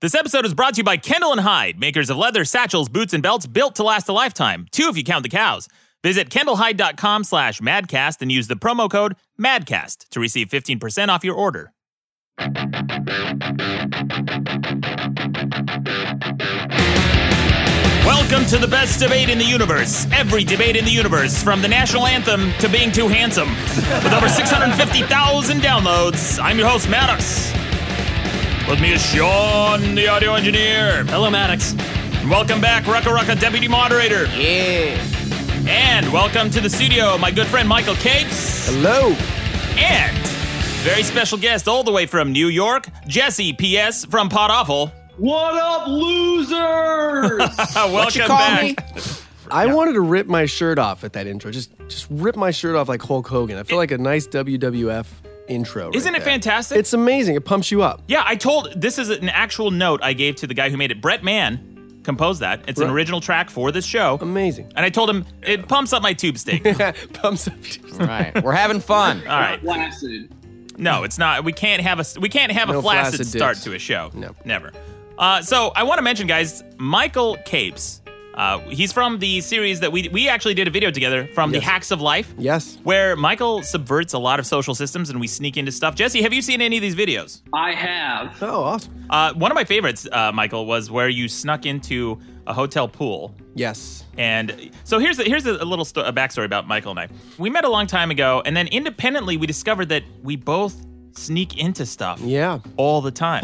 This episode is brought to you by Kendall and Hyde, makers of leather satchels, boots, and belts built to last a lifetime. Two if you count the cows. Visit kendallhyde.com slash madcast and use the promo code MADCAST to receive 15% off your order. Welcome to the best debate in the universe. Every debate in the universe, from the national anthem to being too handsome. With over 650,000 downloads, I'm your host, Maddox. With me is Sean, the audio engineer. Hello, Maddox. Welcome back, Rucka Rucka, deputy moderator. Yeah. And welcome to the studio, my good friend Michael Capes. Hello. And very special guest all the way from New York, Jesse P.S. from Pot Awful. What up, losers? Uh, welcome back. I wanted to rip my shirt off at that intro. Just just rip my shirt off like Hulk Hogan. I feel like a nice WWF intro. right Isn't it there. fantastic? It's amazing. It pumps you up. yeah, I told this is an actual note I gave to the guy who made it. Brett Mann composed that. It's an Right. original track for this show. Amazing. And I told him it pumps up my tube steak. All pumps up. right. We're having fun. right. Flaccid. No, it's not. We can't have a we can't have a No flaccid, flaccid start dicks. to a show. No. never. Uh, so I want to mention, guys, Michael Capes. Uh, he's from the series that we we actually did a video together from Yes. the Hacks of Life. Yes. Where Michael subverts a lot of social systems and we sneak into stuff. Jesse, have you seen any of these videos? I have. Oh, awesome. Uh, one of my favorites, uh, Michael, was where you snuck into a hotel pool Yes. and so here's a, here's a little sto- a backstory about Michael and I. We met a long time ago, and then independently we discovered that we both sneak into stuff. Yeah. All the time.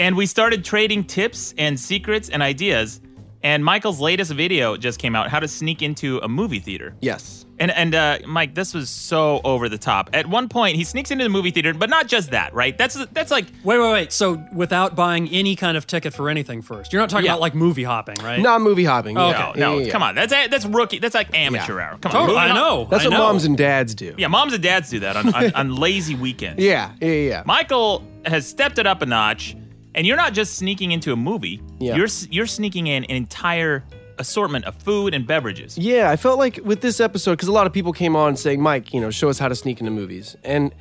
and we started trading tips and secrets and ideas. And Michael's latest video just came out: how to sneak into a movie theater. Yes. And and uh, Mike, this was so over the top. At one point, he sneaks into the movie theater, but not just that, right? That's that's like Wait, wait, wait. So, without buying any kind of ticket for anything first, you're not talking Yeah. about like movie hopping, right? Not movie hopping. Oh, yeah. no, no, Yeah, yeah, come on, that's that's rookie, that's like amateur Yeah. hour. Come on, Totally. moving I on. know. That's I what know. moms and dads do. Yeah, moms and dads do that on, on, on lazy weekends. Yeah. Yeah. Yeah. Michael has stepped it up a notch, and you're not just sneaking into a movie. Yeah. You're s- you're sneaking in an entire assortment of food and beverages. Yeah, I felt like with this episode because a lot of people came on saying, "Mike, you know, show us how to sneak into movies." And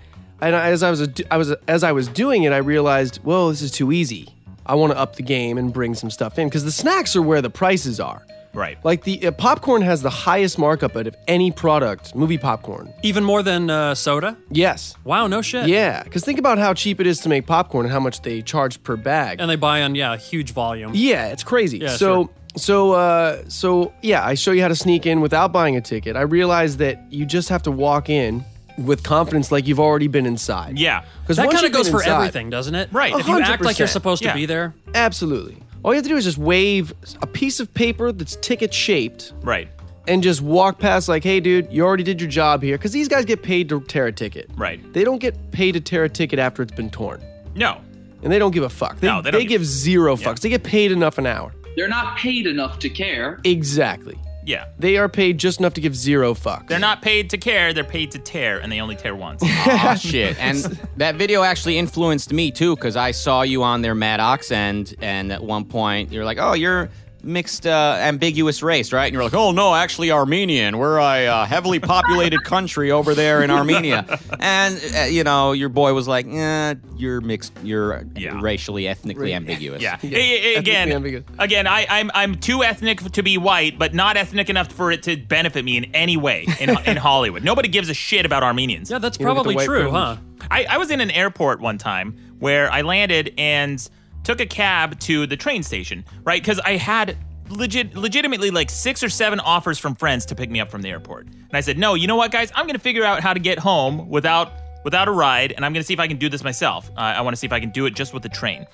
and I- as I was I was as I was doing it, I realized, "Whoa, this is too easy." I want to up the game and bring some stuff in because the snacks are where the prices are. Right. Like the uh, popcorn has the highest markup out of any product, movie popcorn. Even more than uh, soda? Yes. Wow, no shit. Yeah, because think about how cheap it is to make popcorn and how much they charge per bag. And they buy on, yeah, a huge volume. Yeah, it's crazy. Yeah, so sure. so uh so yeah, I show you how to sneak in without buying a ticket. I realize that you just have to walk in with confidence like you've already been inside. Yeah. Because That once kind of you've been goes for inside- everything, doesn't it? Right. If you act like you're 100%. supposed Yeah. to be there, Absolutely. All you have to do is just wave a piece of paper that's ticket shaped Right. and just walk past like, "Hey dude, you already did your job here." Cuz these guys get paid to tear a ticket. Right. They don't get paid to tear a ticket after it's been torn. No. And they don't give a fuck. They, No, they don't they give- give zero fucks. They get paid enough an hour. They're not paid enough to care. Exactly. Yeah. They are paid just enough to give zero fucks. They're not paid to care. They're paid to tear, and they only tear once. Aw, shit. And that video actually influenced me too, because I saw you on their Maddox, and and at one point you're like, oh, you're mixed uh, ambiguous race, right? And you're like, oh no, actually Armenian. We're a uh, heavily populated country over there in Armenia. And uh, you know, your boy was like, eh, you're mixed, you're Yeah. racially, ethnically ambiguous. Yeah. A- a- Ethnically Again, ambiguous. again, I, I'm I'm too ethnic to be white, but not ethnic enough for it to benefit me in any way in, in Hollywood. Nobody gives a shit about Armenians. yeah, that's You don't get the probably white true, privilege. huh? I, I was in an airport one time where I landed and took a cab to the train station, right? Because I had legit, legitimately like six or seven offers from friends to pick me up from the airport, and I said, no, you know what, guys, I'm gonna figure out how to get home without without a ride, and I'm gonna see if I can do this myself. Uh, I want to see if I can do it just with the train.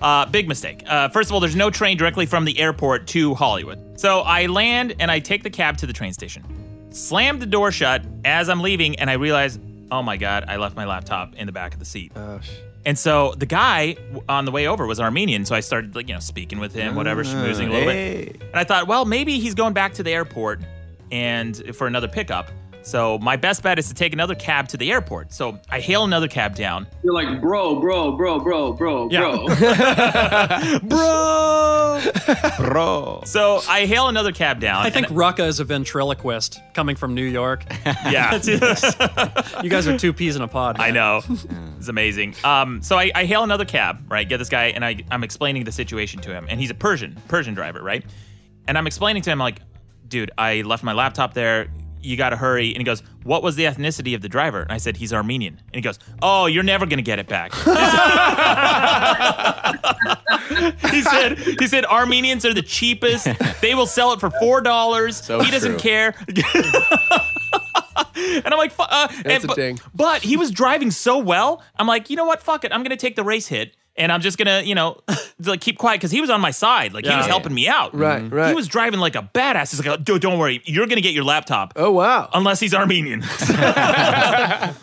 Uh, big mistake. Uh, first of all, there's no train directly from the airport to Hollywood, so I land and I take the cab to the train station slammed the door shut as I'm leaving, and I realized, oh my God, I left my laptop in the back of the seat. and so the guy w- on the way over was Armenian, so I started like you know speaking with him, whatever, schmoozing a little bit. And I thought, well, maybe he's going back to the airport and for another pickup. So my best bet is to take another cab to the airport. So I hail another cab down. You're like, bro, bro, bro, bro, bro, Yeah. bro. Bro! Bro. So I hail another cab down. I think and- Rucka is a ventriloquist coming from New York. yeah. You guys are two peas in a pod. I know. It's amazing. Um, so I, I hail another cab, right? Get this guy, and I, I'm explaining the situation to him. And he's a Persian, Persian driver, right? And I'm explaining to him, like, dude, I left my laptop there. You got to hurry. And he goes, What was the ethnicity of the driver? And I said, He's Armenian. And he goes, Oh, you're never going to get it back. he said, he said Armenians are the cheapest. They will sell it for $4. So he doesn't true. care. And I'm like, fu- uh, and, a but, ding. but he was driving so well. I'm like, you know what? Fuck it. I'm gonna take the race hit, and I'm just gonna, you know, like keep quiet because he was on my side. Like he Yeah. was helping me out. Right, right. He was driving like a badass. He's like, "Oh, dude, don't worry, you're gonna get your laptop. Oh wow! Unless he's Armenian.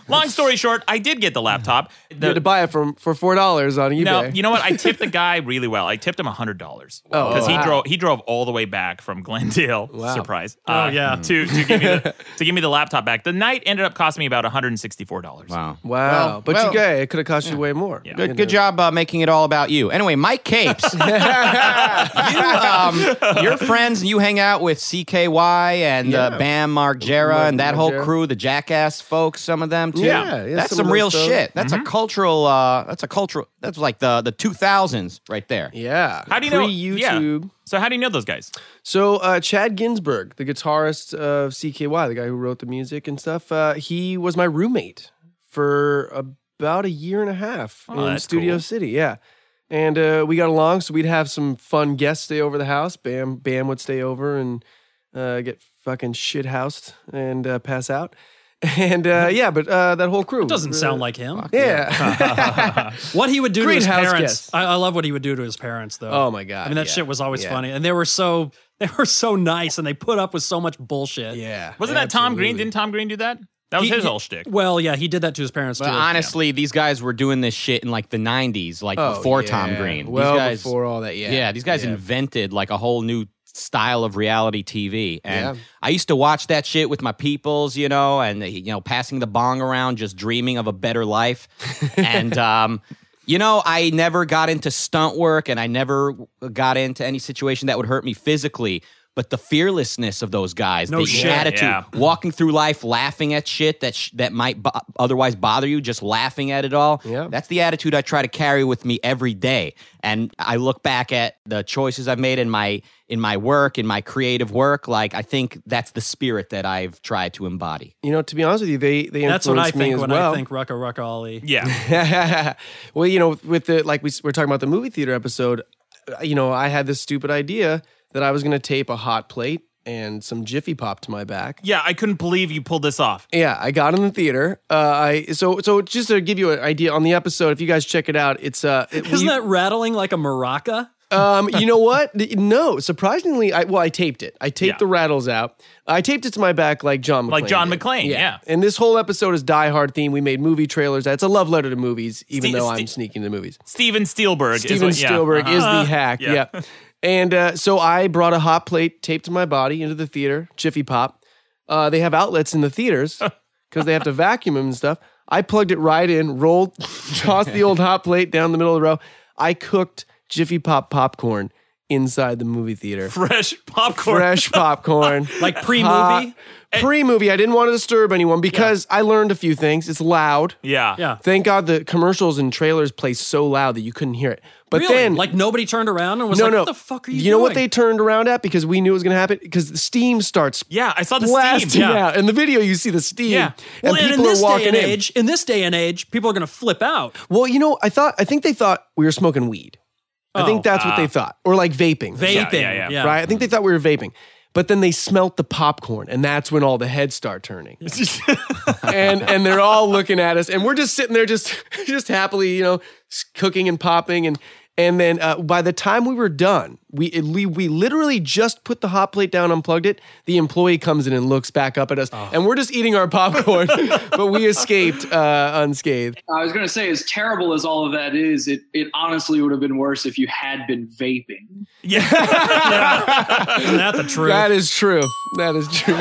Long story short, I did get the laptop. you had to buy it from for four dollars on eBay. No, you know what? I tipped the guy really well. I tipped him hundred dollars Oh, because he wow. drove he drove all the way back from Glendale. Wow. Surprise! Oh, Uh, yeah. to to give me the, to give me the laptop back. The night ended up costing me about one hundred and sixty four dollars. Wow. wow, Well, but well, you gay. It could have cost you way more. Yeah. Good, good job uh, making it all about you. Anyway, Mike Capes. you, um, your friends, you hang out with CKY and uh, Bam Margera and that whole Margera. crew, the Jackass folks, some of them too. Yeah, yeah, that's some some, of those real folks. shit. That's Mm-hmm. a cultural. Uh, that's a cultural. That's like the the 2000s right there. Yeah. How do you know? Pre yeah. YouTube. So how do you know those guys? So uh, Chad Ginsburg, the guitarist of CKY, the guy who wrote the music and stuff, uh, he was my roommate for about a year and a half Oh, in that's Studio cool. City. Yeah. And uh, we got along, so we'd have some fun guests stay over the house. Bam, Bam would stay over and uh, get fucking shit housed and uh, pass out. And uh, yeah, but uh, that whole crew Doesn't sound like him. yeah. What he would do Great to his house parents. guest. I, I love what he would do to his parents, though. oh my god! I mean, that yeah. shit was always Yeah. funny, and they were so they were so nice, and they put up with so much bullshit. Yeah, Wasn't that Tom Green? absolutely. Didn't Tom Green do that? That was He- his he- whole shtick. Well, yeah, he did that to his parents But too. honestly, these guys were doing this shit in like the 90s, like Oh, before yeah. Tom Green. Well, these guys, before all that, yeah, Yeah, these guys invented like a whole new style of reality TV. And Yeah. I used to watch that shit with my peoples, you know, and you know, passing the bong around, just dreaming of a better life. and um, you know, I never got into stunt work and I never got into any situation that would hurt me physically. But the fearlessness of those guys, No the shit. attitude, Yeah. walking through life laughing at shit that sh- that might bo- otherwise bother you, just laughing at it all. Yeah. That's the attitude I try to carry with me every day. And I look back at the choices I've made in my in my work, in my creative work, like I think that's the spirit that I've tried to embody. You know, to be honest with you, they they that's what I influenced me think as when well. I think Rucka Rucka Ali. Yeah. well, you know, with the like we s- we're talking about the movie theater episode, uh, you know, I had this stupid idea that I was going to tape a hot plate and some Jiffy Pop to my back. Yeah, I couldn't believe you pulled this off. Yeah, I got in the theater. Uh, I so so just to give you an idea on the episode, if you guys check it out, it's uh, it, Isn't we- that rattling like a maraca? Um, you know what? Th- No, surprisingly, I well, I taped it. I taped Yeah. the rattles out. I taped it to my back like John, McClane Like John did. McClane, yeah. And this whole episode is Die Hard theme. We made movie trailers. That's a love letter to movies, even Ste- though Ste- I'm sneaking to movies. Steven Spielberg. is Steven what- yeah, Spielberg uh-huh. is the hack. yeah. Yeah. And uh, so I brought a hot plate taped to my body into the theater, Jiffy Pop. Uh, they have outlets in the theaters because they have to vacuum them and stuff. I plugged it right in, rolled, tossed the old hot plate down the middle of the row. I cooked Jiffy Pop popcorn inside the movie theater. fresh popcorn. Eh. Fresh popcorn. Like pre movie? Pre movie, I didn't want to disturb anyone because I learned a few things. It's loud. Yeah. yeah. Thank God the commercials and trailers play so loud that you couldn't hear it. But Really? then, like nobody turned around and was no, like, no. "What the fuck are you?" know what doing?" they turned around at because we knew it was going to happen because the steam starts Yeah, I saw the blasting steam. Yeah. out. In the video, you see the steam, Yeah. and well, and people in this are day walking and in. age, in this day and age, people are going to flip out. Well, you know, I thought I think they thought we were smoking weed. I think that's what they thought, or like vaping, Oh, ah. Vaping, Yeah, yeah, yeah. right? I think they thought we were vaping. But then they smelt the popcorn, and that's when all the heads start turning, and and they're all looking at us, and we're just sitting there, just just happily, you know, s- cooking and popping, and and then uh, by the time we were done, we it, we we literally just put the hot plate down, unplugged it. The employee comes in and looks back up at us, Ah. and we're just eating our popcorn, but we escaped uh, unscathed. I was going to say, as terrible as all of that is, it, it honestly would have been worse if you had been vaping. Isn't that the truth? That is true. That is true.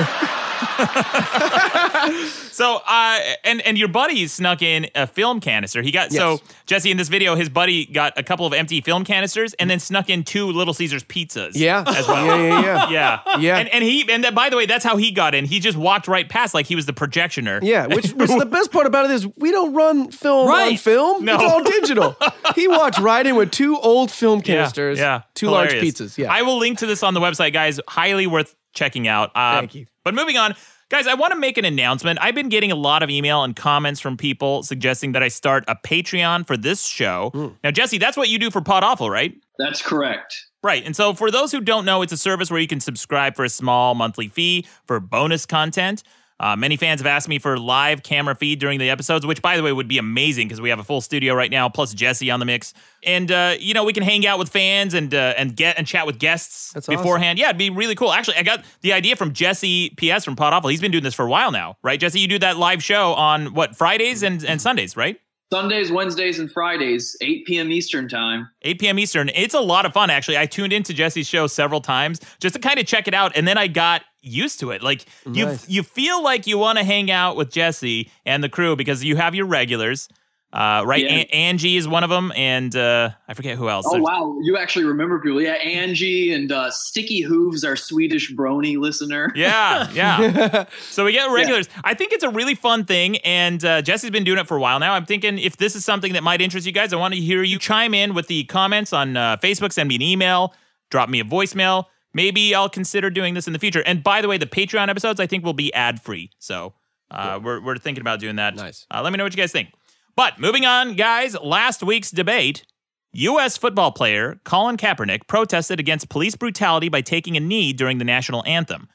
So, uh, and and your buddy snuck in a film canister. He got so Yes. Jesse in this video, his buddy got a couple of empty film canisters and then snuck in two Little Caesars pizzas. Yeah. as well. Yeah, yeah, yeah. Yeah, Yeah. and and he and that, by the way, that's how he got in. He just walked right past, like he was the projectioner. Yeah, which, which the best part about it is we don't run film on Right. film. No. It's all digital. he walked right in with two old film Yeah, canisters, yeah. two large Hilarious. pizzas. Yeah. I will link to this on the website, guys. Highly worth checking out. Uh, Thank you. But moving on, guys, I want to make an announcement. I've been getting a lot of email and comments from people suggesting that I start a Patreon for this show. Now, Jesse, that's what you do for Pod Awful, right? That's correct. Right. And so, for those who don't know, it's a service where you can subscribe for a small monthly fee for bonus content. Uh, many fans have asked me for live camera feed during the episodes, which, by the way, would be amazing because we have a full studio right now, plus Jesse on the mix, and uh, you know we can hang out with fans and uh, and get and chat with guests That's awesome. beforehand. Yeah, it'd be really cool. Actually, I got the idea from Jesse PS from Pod Awful. He's been doing this for a while now, right? Jesse, you do that live show on what Fridays and, and Sundays, right? Sundays, Wednesdays, and Fridays, 8 p.m. Eastern time. 8 p.m. Eastern. It's a lot of fun, actually. I tuned into Jesse's show several times just to kind of check it out, and then I got used to it. Like Nice. you, you feel like you want to hang out with Jesse and the crew because you have your regulars, uh, right? Yeah. An- Angie is one of them, and uh, I forget who else. Oh There's- wow, you actually remember people? Yeah, Angie and uh, Sticky Hooves, our Swedish brony listener. Yeah, yeah. so we get regulars. I think it's a really fun thing, and uh, Jesse's been doing it for a while now. I'm thinking if this is something that might interest you guys, I want to hear you chime in with the comments on uh, Facebook, send me an email, drop me a voicemail. Maybe I'll consider doing this in the future. And by the way, the Patreon episodes I think will be ad free. So uh, we're, we're thinking about doing that. Nice. Uh, let me know what you guys think. But moving on, guys, last week's debate U.S. football player Colin Kaepernick protested against police brutality by taking a knee during the national anthem.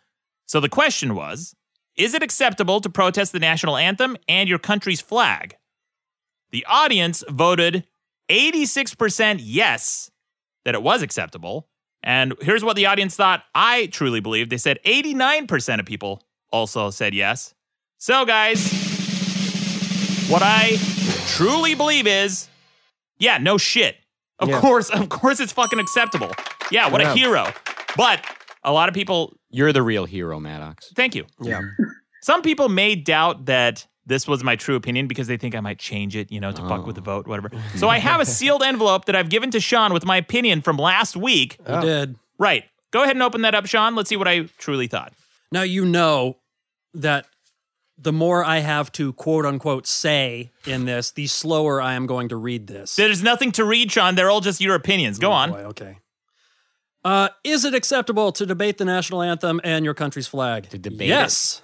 So the question was Is it acceptable to protest the national anthem and your country's flag? The audience voted 86% yes that it was acceptable. And here's what the audience thought I truly believe. They said 89% of people also said yes. So, guys, what I truly believe is yeah, no shit. Of Yeah. course, of course it's fucking acceptable. Yeah, what Yeah. a hero. But a lot of people You're the real hero, Maddox. Thank you. Yeah. Some people may doubt that this was my true opinion because they think I might change it, you know, to fuck Oh. with the vote, whatever. So I have a sealed envelope that I've given to Sean with my opinion from last week. Oh. You did. Right. Go ahead and open that up, Sean. Let's see what I truly thought. Now you know that the more I have to quote unquote say in this, the slower I am going to read this. There's nothing to read, Sean. They're all just your opinions. Go Oh, on. boy, okay. Uh, is it acceptable to debate the national anthem and your country's flag? To debate yes.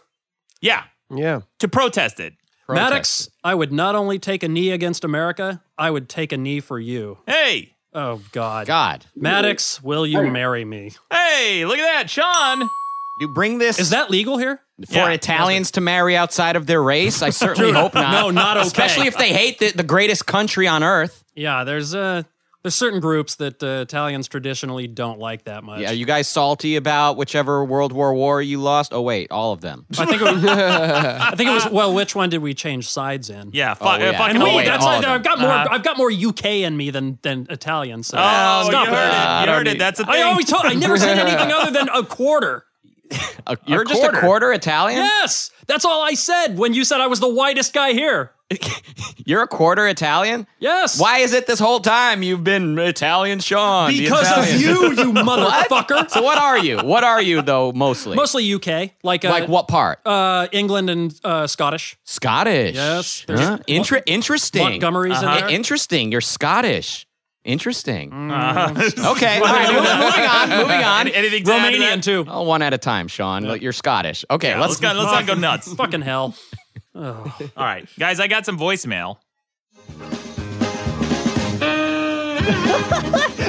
Yeah. yeah. To protest it. Maddox, I would not only take a knee against America, I would take a knee for you. Hey. Oh God. God, Maddox, will you marry me? Hey, look at that, Sean. you bring this Is that legal here? for Yeah. Italians to marry outside of their race? I certainly hope not. no, not okay. Especially if they hate the, the greatest country on earth. Yeah, there's uh there's certain groups that uh, Italians traditionally don't like that much. Yeah, are you guys salty about whichever World War War you lost? Oh wait, all of them. I think it was, I think it was well, which one did we change sides in? Yeah, fu- Oh, yeah. uh, fucking Oh, And we, all wait, of that's them. all like, of I've got more Uh-huh. I've got more UK in me than than Italian, so Oh, you stop heard it. it. You heard it. That's a thing. I always told I never said anything other than a quarter. A- you're just quarter. a quarter Italian. Yes. That's all I said when you said I was the whitest guy here. You're a quarter Italian. Yes. Why is it this whole time you've been Italian, Sean? the Because Italian? of you, you motherfucker. So what are you? What are you though? Mostly. Mostly UK, like uh, like what part? uh, England and uh, Scottish. Scottish. yes, there's- Huh? Inter- interesting. Montgomery's in I- there. interesting. You're Scottish. Interesting. Mm. Okay. All right. Moving on. Moving on. Anything to add to that? Romanian too. Oh, one at a time, Sean. Look, You're Scottish. Okay. Let's let's go. Let's not go nuts. Fucking hell. All right, guys, I got some voicemail.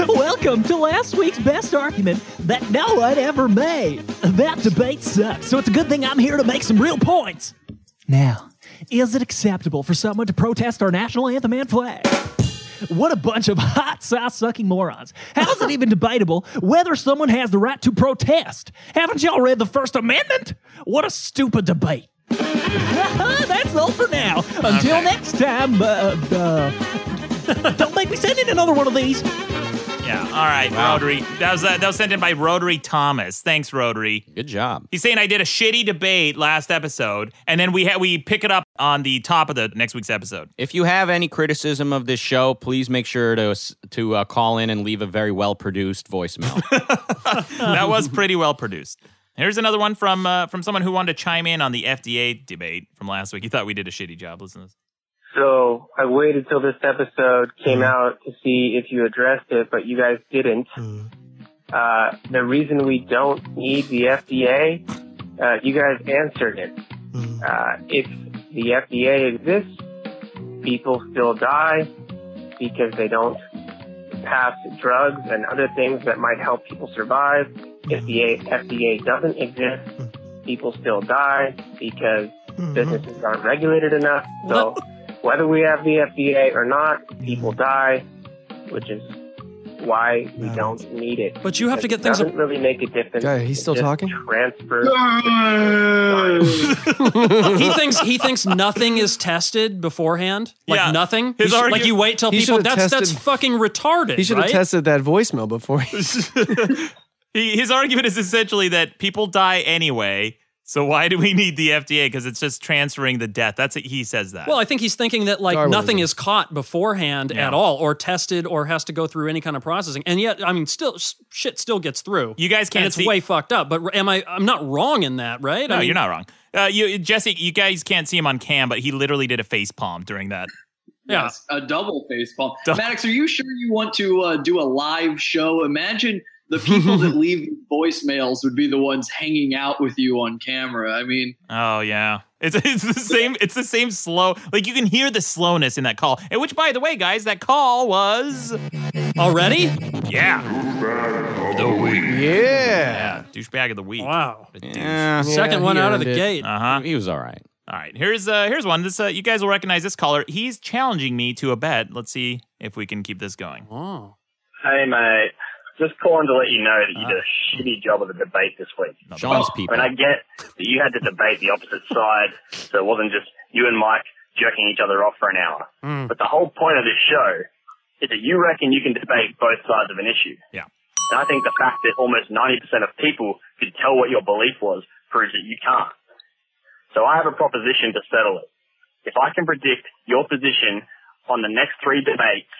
Welcome to last week's best argument that no one ever made. That debate sucks, so it's a good thing I'm here to make some real points. Now, is it acceptable for someone to protest our national anthem and flag? What a bunch of hot sauce sucking morons. How is it even debatable whether someone has the right to protest? Haven't y'all read the First Amendment? What a stupid debate. That's all for now. Until next time, uh, uh, don't make me send in another one of these. Yeah. All right, Rotary. That was uh, that was sent in by Rotary Thomas. Thanks, Rotary. Good job. He's saying I did a shitty debate last episode, and then we ha- we pick it up on the top of the next week's episode. If you have any criticism of this show, please make sure to to uh, call in and leave a very well produced voicemail. that was pretty well produced. Here's another one from uh, from someone who wanted to chime in on the FDA debate from last week. He thought we did a shitty job. Listen to this. So I waited till this episode came out to see if you addressed it, but you guys didn't. Uh, the reason we don't need the FDA, uh, you guys answered it. Uh, if the FDA exists, people still die because they don't pass drugs and other things that might help people survive. If the FDA doesn't exist, people still die because businesses aren't regulated enough. So whether we have the FDA or not, people die, which is why we don't need it. But you have to It get things doesn't really make a difference. Guy, he's still Just talking? Transfer. he thinks he thinks nothing is tested beforehand. Like Yeah. nothing. His You sh- argu- like you wait till He people. should've That's that's tested- fucking retarded. He should have right? tested that voicemail before. he- He, his argument is essentially that people die anyway, so why do we need the FDA? Because it's just transferring the death. That's it. He says that. Well, I think he's thinking that like Darwinism. nothing is caught beforehand Yeah. at all, or tested, or has to go through any kind of processing. And yet, I mean, still s- shit still gets through. you guys can't and it's see. way fucked up. But r- am I? I'm not wrong in that, right? no, I mean, you're not wrong. Uh, you, Jesse, you guys can't see him on cam, but he literally did a face palm during that. Yeah. Yes, a double face palm. Dou- Maddox, are you sure you want to uh, do a live show? Imagine the people that leave voicemails would be the ones hanging out with you on camera. I mean, Oh yeah, it's it's the same. It's the same slow. Like you can hear the slowness in that call. And which, by the way, guys, that call was Already? yeah, yeah. douchebag of the week. Wow. yeah. Yeah, Second one he out of the earned it. gate. Uh huh. He was all right. All right, here's uh here's one. This uh, you guys will recognize this caller. He's challenging me to a bet. Let's see if we can keep this going. oh. Hey, mate. Just calling to let you know that you did a shitty job of the debate this week. Sean's I people. mean, I get that you had to debate the opposite side, so it wasn't just you and Mike jerking each other off for an hour. Mm. But the whole point of this show is that you reckon you can debate both sides of an issue. Yeah. And I think the fact that almost 90% of people could tell what your belief was proves that you can't. So I have a proposition to settle it. If I can predict your position on the next three debates,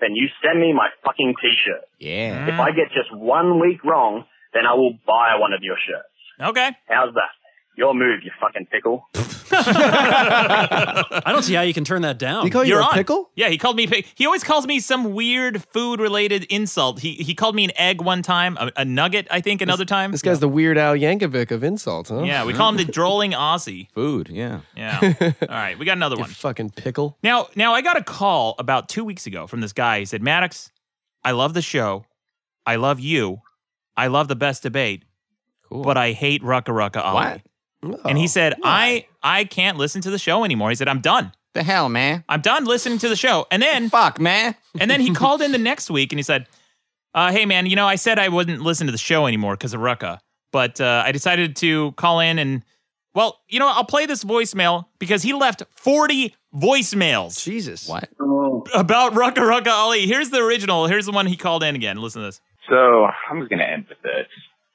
then you send me my fucking t-shirt. yeah. If I get just one week wrong, then I will buy one of your shirts. Okay. How's that? Your move, you fucking pickle. I don't see how you can turn that down. He call you Oh, You're a on. pickle? Yeah, he called me. Pick- he always calls me some weird food-related insult. He he called me an egg one time, a, a nugget, I think, another time. This guy's the Weird Al Yankovic of insults, huh? yeah, we call him the drolling Aussie. Food. Yeah. Yeah. All right, we got another You one. fucking pickle. Now, now I got a call about two weeks ago from this guy. He said, "Maddox, I love the show, I love you, I love the best debate, Cool. but I hate Rucka Rucka Ollie." what And Oh, he said, why? "I I can't listen to the show anymore." He said, "I'm done. the hell, man? I'm done listening to the show." And then, Fuck, man. and then he called in the next week and he said, uh, "Hey, man, you know, I said I wouldn't listen to the show anymore because of Rucka, but uh, I decided to call in and." Well, you know, I'll play this voicemail because he left 40 voicemails. Jesus. What? oh, about Rucka Rucka Ali. Here's the original. Here's the one he called in again. Listen to this. So I'm just going to end with this,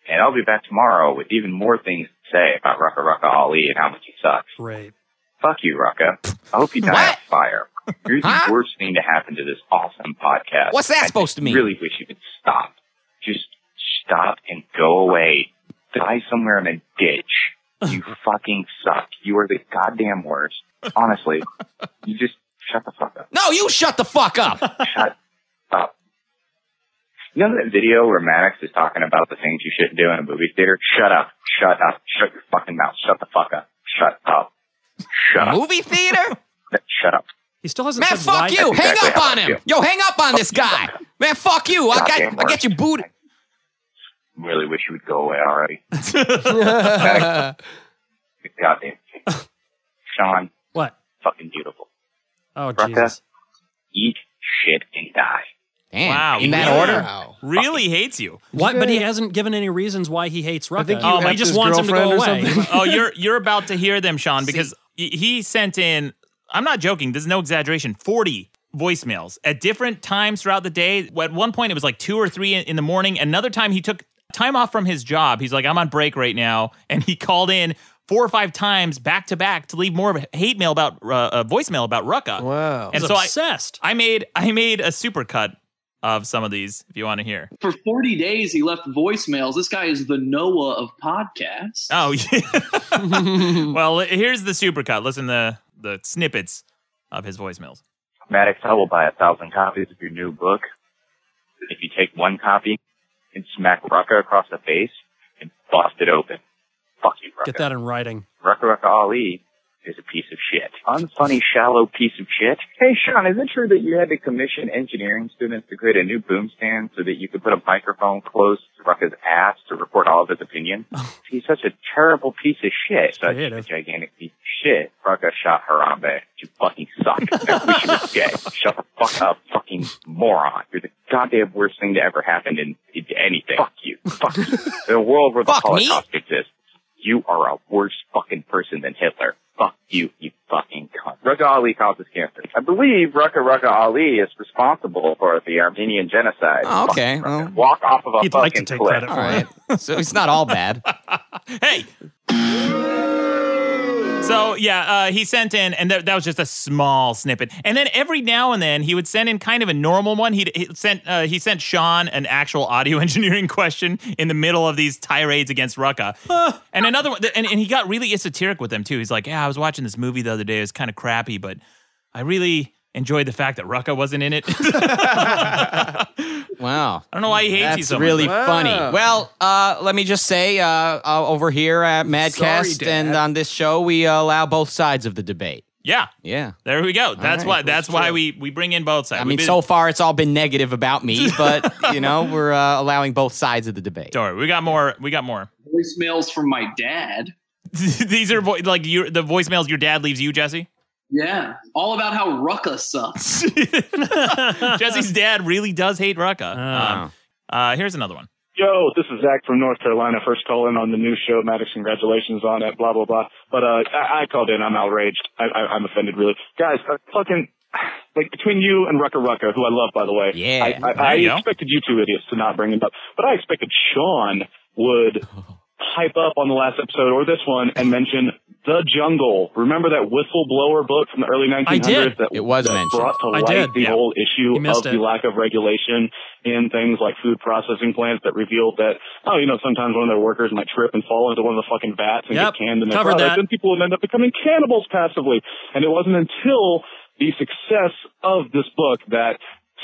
and I'll be back tomorrow with even more things to say about Rucka Rucka Ali and how much he sucks. Great. Fuck you, Rucka. I hope you die What? of fire. You're the Huh? worst thing to happen to this awesome podcast. What's that I supposed to mean? really wish you would stop. Just stop and go away. Die somewhere in a ditch. You fucking suck. You are the goddamn worst. Honestly, you just shut the fuck up. No, you shut the fuck up. Shut up. You know that video where Maddox is talking about the things you shouldn't do in a movie theater? Shut up. Shut up. Shut your fucking mouth. Shut the fuck up. Shut up. Shut up. Movie theater? Shut up. He still hasn't Man, said fuck why- you. That's Hang exactly up how on I him. feel. Yo, hang up on this guy. Man, fuck you. I got Goddamn I get you worst. booted. Really wish you would go away already. Maddox, you're goddamn. Sean, What? fucking beautiful. Oh Rucka. Jesus. Eat shit and die. Damn. Wow, In that really? order? Wow. Really hates you. What? But he hasn't given any reasons why he hates Rucka. Uh, think you oh, he effed just his wants him to go girlfriend or away. something. Oh, you're you're about to hear them, Sean, because he he sent in. I'm not joking. There's no exaggeration. Forty voicemails at different times throughout the day. At one point, it was like two or three in- in the morning. Another time, he took time off from his job. He's like, I'm on break right now. And he called in four or five times back to back to leave more of a hate mail about uh, uh, voicemail about Rucka. Wow. And He's so I, obsessed. I made I made a supercut of some of these if you want to hear. For 40 days, he left voicemails. This guy is the Noah of podcasts. Oh, yeah. well, here's the supercut. Listen to the snippets of his voicemails. Maddox, I will buy a thousand copies of your new book. If you take one copy and smack Rucka across the face and bust it open. Fuck you, Rucka. Get that in writing. Rucka Rucka Ali is a piece of shit. Unfunny, shallow piece of shit. Hey, Sean, is it true that you had to commission engineering students to create a new boom stand so that you could put a microphone close to Rucka's ass to record all of his opinions? He's such a terrible piece of shit. Such a Creative. gigantic piece of shit. Rucka shot Harambe. You fucking suck. I wish you was gay. Shut the fuck up, fucking moron. You're the goddamn worst thing to ever happen in, in anything. Fuck you. Fuck you. In a world where the Fuck me? Holocaust exists, you are a worse fucking person than Hitler. Fuck you, you fucking cunt. Rucka Ali causes cancer. I believe Rucka Rucka Ali is responsible for the Armenian genocide. Oh, okay. Fuck Rucka. Well- Walk off of a He'd fucking like to take cliff. credit All for it. right. so it's not all bad. Hey. So yeah, uh, he sent in, and that that was just a small snippet. And then every now and then he would send in kind of a normal one. He'd, he sent uh, he sent Sean an actual audio engineering question in the middle of these tirades against Rucka, and another one. And, and he got really esoteric with them too. He's like, "Yeah, I was watching this movie the other day. It was kind of crappy, but I really enjoyed the fact that Rucka wasn't in it." I Wow. don't know why he hates you That's so much. really Wow. funny. Well, uh, let me just say, uh, uh, over here at Madcast Dad. and on this show, we uh, allow both sides of the debate. Yeah, Yeah. there we go. That's right, why. That's why we we bring in both sides. I We've mean, been- so far it's all been negative about me, but you know we're uh, allowing both sides of the debate. Don't worry, we got more. We got more. Voicemails from my dad. These are vo- like your, the voicemails your dad leaves you, Jesse. Yeah. All about how Rucka sucks. Jesse's dad really does hate Oh. Rucka. Um, uh, here's another one. Yo, this is Zach from North Carolina. First call in on the new show. Maddox, congratulations on it. Blah blah blah. But uh, I, I called in. I'm outraged. I, I, I'm offended, really. Guys, uh, fucking like between you and Rucka Rucka, who I love by the way. Yeah. I, I, There you go. I expected you two idiots to not bring him up, but I expected Sean would hype up on the last episode or this one and mention the jungle. Remember that whistleblower book from the early 1900s did. that It was that mentioned. brought to I light did, the yeah. whole issue You missed of it. the lack of regulation in things like food processing plants that revealed that oh you know sometimes one of their workers might trip and fall into one of the fucking vats and Yep. get canned in their Covered product, that. and people would end up becoming cannibals passively. And it wasn't until the success of this book that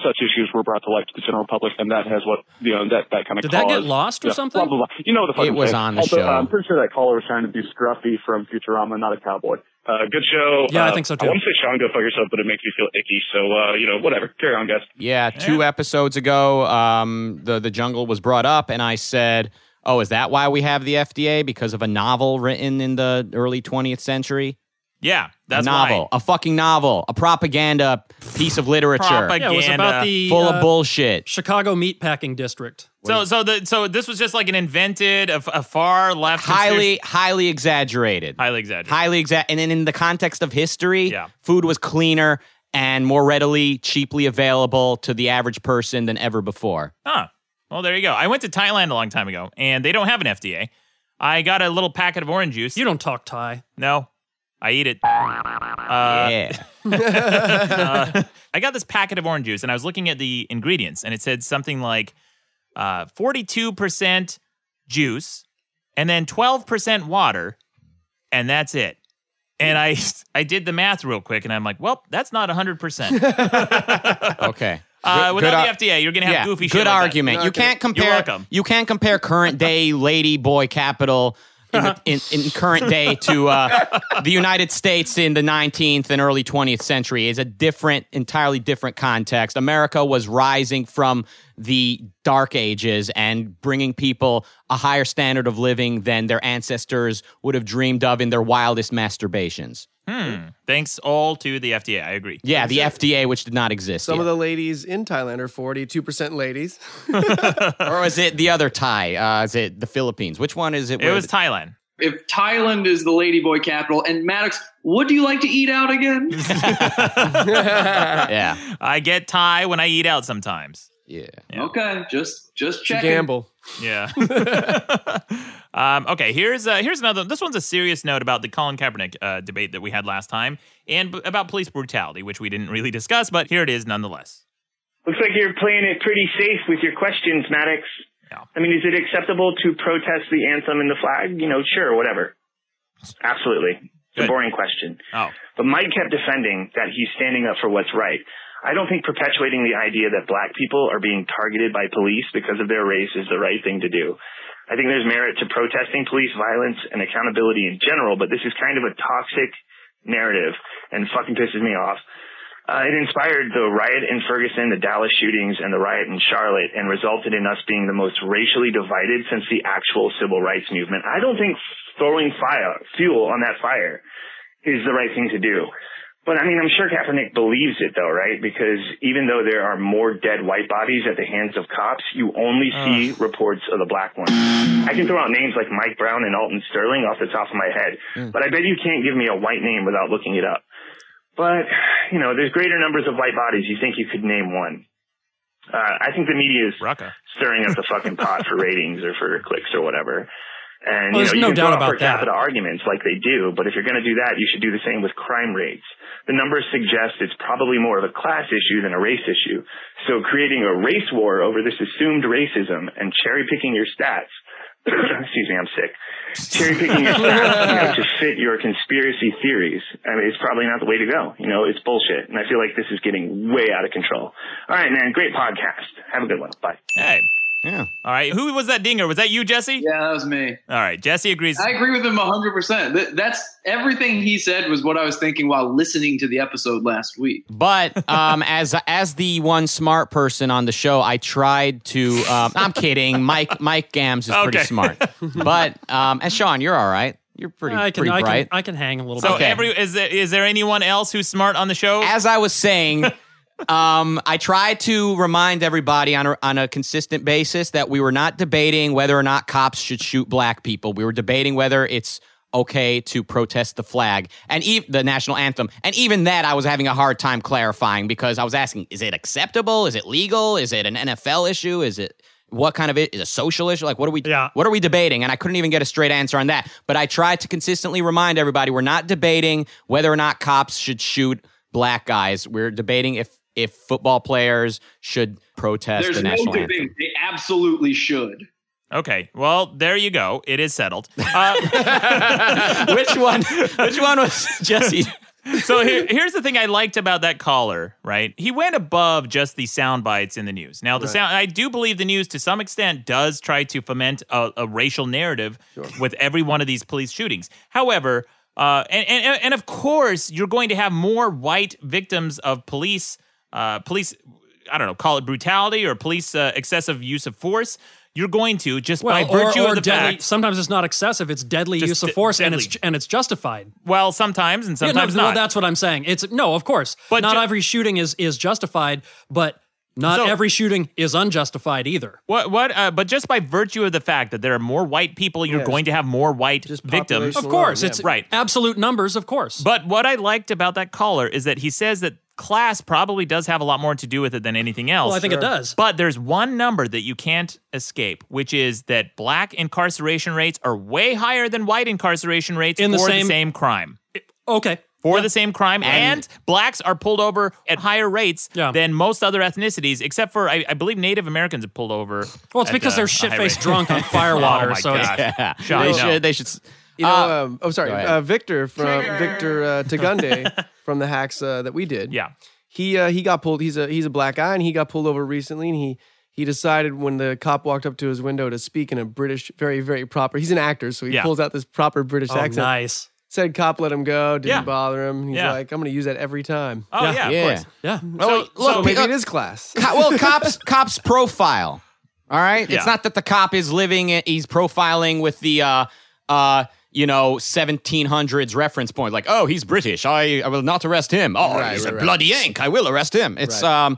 such issues were brought to light to the general public, and that has what you know that that kind of Did that get caused- lost or yeah, something? Blah, blah, blah. You know what the fuck It I'm was saying. on the Also, show. I'm um, pretty sure that caller was trying to do Scruffy from Futurama, not a cowboy. Uh, good show. Yeah, I Uh, think so, too. I want to say Sean, go fuck yourself, but it makes me feel icky. So uh, you know, whatever. Carry on, guys. Yeah, two episodes ago, um, the the jungle was brought up, and I said, "Oh, is that why we have the FDA? Because of a novel written in the early 20th century? Yeah, that's a novel, why. a fucking novel, a propaganda piece of literature, Propag- Yeah, it was Propaganda about the full uh, of bullshit." Chicago meatpacking district. So so the so this was just like an invented, a, f- a far left, conspiracy- Highly, highly exaggerated. highly exaggerated. highly exact. And then in the context of history, Yeah. food was cleaner and more readily, cheaply available to the average person than ever before. Huh. Well, there you go. I went to Thailand a long time ago, and they don't have an FDA. I got a little packet of orange juice. You don't talk Thai. no, I eat it. yeah. uh, I got this packet of orange juice and I was looking at the ingredients and it said something like uh, 42% juice and then 12% water and that's it. And I I did the math real quick and I'm like, well, that's not 100%. Okay. Uh, Good- good without ar- the FDA, you're going to have yeah, goofy shit. good like that. argument. You can't compare. welcome. You can't compare current day lady boy capital in, the, in, in current day to uh, the United States in the 19th and early 20th century. It's a different, entirely different context. America was rising from the Dark Ages and bringing people a higher standard of living than their ancestors would have dreamed of in their wildest masturbations. Thanks all to the FDA. I agree. Yeah, the FDA, which did not exist, Some yet. of the ladies in Thailand are 42% ladies. or is it the other Thai? Uh, is it the Philippines? Which one is it? It where was the- Thailand. if Thailand is the ladyboy capital, and Maddox, what do you like to eat out again? Yeah. I get Thai when I eat out sometimes. Yeah. Yeah. Okay, just just To checking. gamble. Yeah. um, okay. Here's uh, here's another. This one's a serious note about the Colin Kaepernick uh, debate that we had last time, and b- about police brutality, which we didn't really discuss, but here it is nonetheless. Looks like you're playing it pretty safe with your questions, Maddox. Yeah. I mean, is it acceptable to protest the anthem and the flag? You know, sure, whatever. Absolutely. It's Good. a boring question. Oh, But Mike kept defending that he's standing up for what's right. I don't think perpetuating the idea that black people are being targeted by police because of their race is the right thing to do. I think there's merit to protesting police violence and accountability in general, but this is kind of a toxic narrative and fucking pisses me off. Uh, it inspired the riot in Ferguson, the Dallas shootings, and the riot in Charlotte, and resulted in us being the most racially divided since the actual civil rights movement. I don't think throwing fire, fuel on that fire is the right thing to do. But I mean, I'm sure Kaepernick believes it though, right? Because even though there are more dead white bodies at the hands of cops, you only see reports of the black ones. I can throw out names like Mike Brown and Alton Sterling off the top of my head, but I bet you can't give me a white name without looking it up. But, you know, there's greater numbers of white bodies. You think you could name one. Uh, I think the media is Rucka. stirring up the fucking pot for ratings or for clicks or whatever. And you Well, know, there's you no can doubt throw out about per that. capita arguments like they do, but if you're going to do that, you should do the same with crime rates. The numbers suggest it's probably more of a class issue than a race issue. So creating a race war over this assumed racism and cherry picking your stats. excuse me, I'm sick. Cherry picking your stats you know, to fit your conspiracy theories. I mean, it's probably not the way to go. You know, it's bullshit. And I feel like this is getting way out of control. All right, man. Great podcast. Have a good one. Bye. Hey. Yeah. All right. Who was that dinger? Was that you, Jesse? Yeah, that was me. All right. Jesse agrees. I agree with him 100%. Th- That's everything he said was what I was thinking while listening to the episode last week. But um, as as the one smart person on the show, I tried to. Um, I'm kidding. Mike Mike Gams is pretty Okay. smart. But um, and Sean, you're all right. You're pretty I can, pretty I bright. can, I can hang a little so bit. okay. every is there, is there anyone else who's smart on the show? as I was saying, um, I tried to remind everybody on a, on a consistent basis that we were not debating whether or not cops should shoot black people. We were debating whether it's okay to protest the flag and ev- the national anthem. And even that, I was having a hard time clarifying because I was asking: Is it acceptable? Is it legal? Is it an NFL issue? Is it what kind of it is it a social issue? Like what are we? Yeah. What are we debating? And I couldn't even get a straight answer on that. But I tried to consistently remind everybody we're not debating whether or not cops should shoot black guys. We're debating if if football players should protest There's the no national anthem. debate. They absolutely should. Okay. Well, there you go. It is settled. Uh, which one? Which one was Jesse? so here, here's the thing I liked about that caller, right? He went above just the sound bites in the news. Now, the sound I do believe the news to some extent does try to foment a, a racial narrative with every one of these police shootings. However, uh, and, and and of course, you're going to have more white victims of police uh, police. I don't know, call it brutality or police uh, excessive use of force. You're going to just Well, by or- virtue or of the deadly, fact. sometimes it's not excessive. It's deadly Just use de- of force, and it's deadly. and it's justified. Well, sometimes and Yeah, no, sometimes no, not. that's what I'm saying. It's no, of course, but But not ju- every shooting is is justified, but not So- every shooting is unjustified either. What? What? Uh, but just by virtue of the fact that there are more white people, you're Yeah, going to have more white just victims. population. Of course, yeah. it's Right. Absolute numbers, of course. But what I liked about that caller is that he says that class probably does have a lot more to do with it than anything else. well, I think it does. But there's one number that you can't escape, which is that black incarceration rates are way higher than white incarceration rates In the for same- crime. okay, For the same crime, and, blacks are pulled over at higher rates Yeah. than most other ethnicities, except for I, I believe Native Americans are pulled over. well, it's at, because uh, they're a shit high faced rate. drunk on firewater, Oh my so it's- gosh. Yeah. Sean, they no. should. They should. s- You know, Uh, um, oh, sorry, go ahead. uh, Victor from Victor uh, Tagunde from the hacks uh, that we did. Yeah. he uh, he got pulled. He's a he's a black guy, and he got pulled over recently. And he he decided when the cop walked up to his window to speak in a British, very very proper. He's an actor, so he Yeah. pulls out this proper British oh, accent. nice. Said cop, let him go. Didn't Yeah. bother him. He's Yeah. like, I'm going to use that every time. Oh yeah, of course. yeah. Yeah. Well, look, so pe- maybe uh, it is class. co- well, cops cops profile. All right, Yeah. it's not that the cop is living; it, he's profiling with the uh, uh, you know, seventeen hundreds reference point. Like, oh, he's British. I, I will not arrest him. Oh, Right, he's right, a right. bloody yank. I will arrest him. It's um,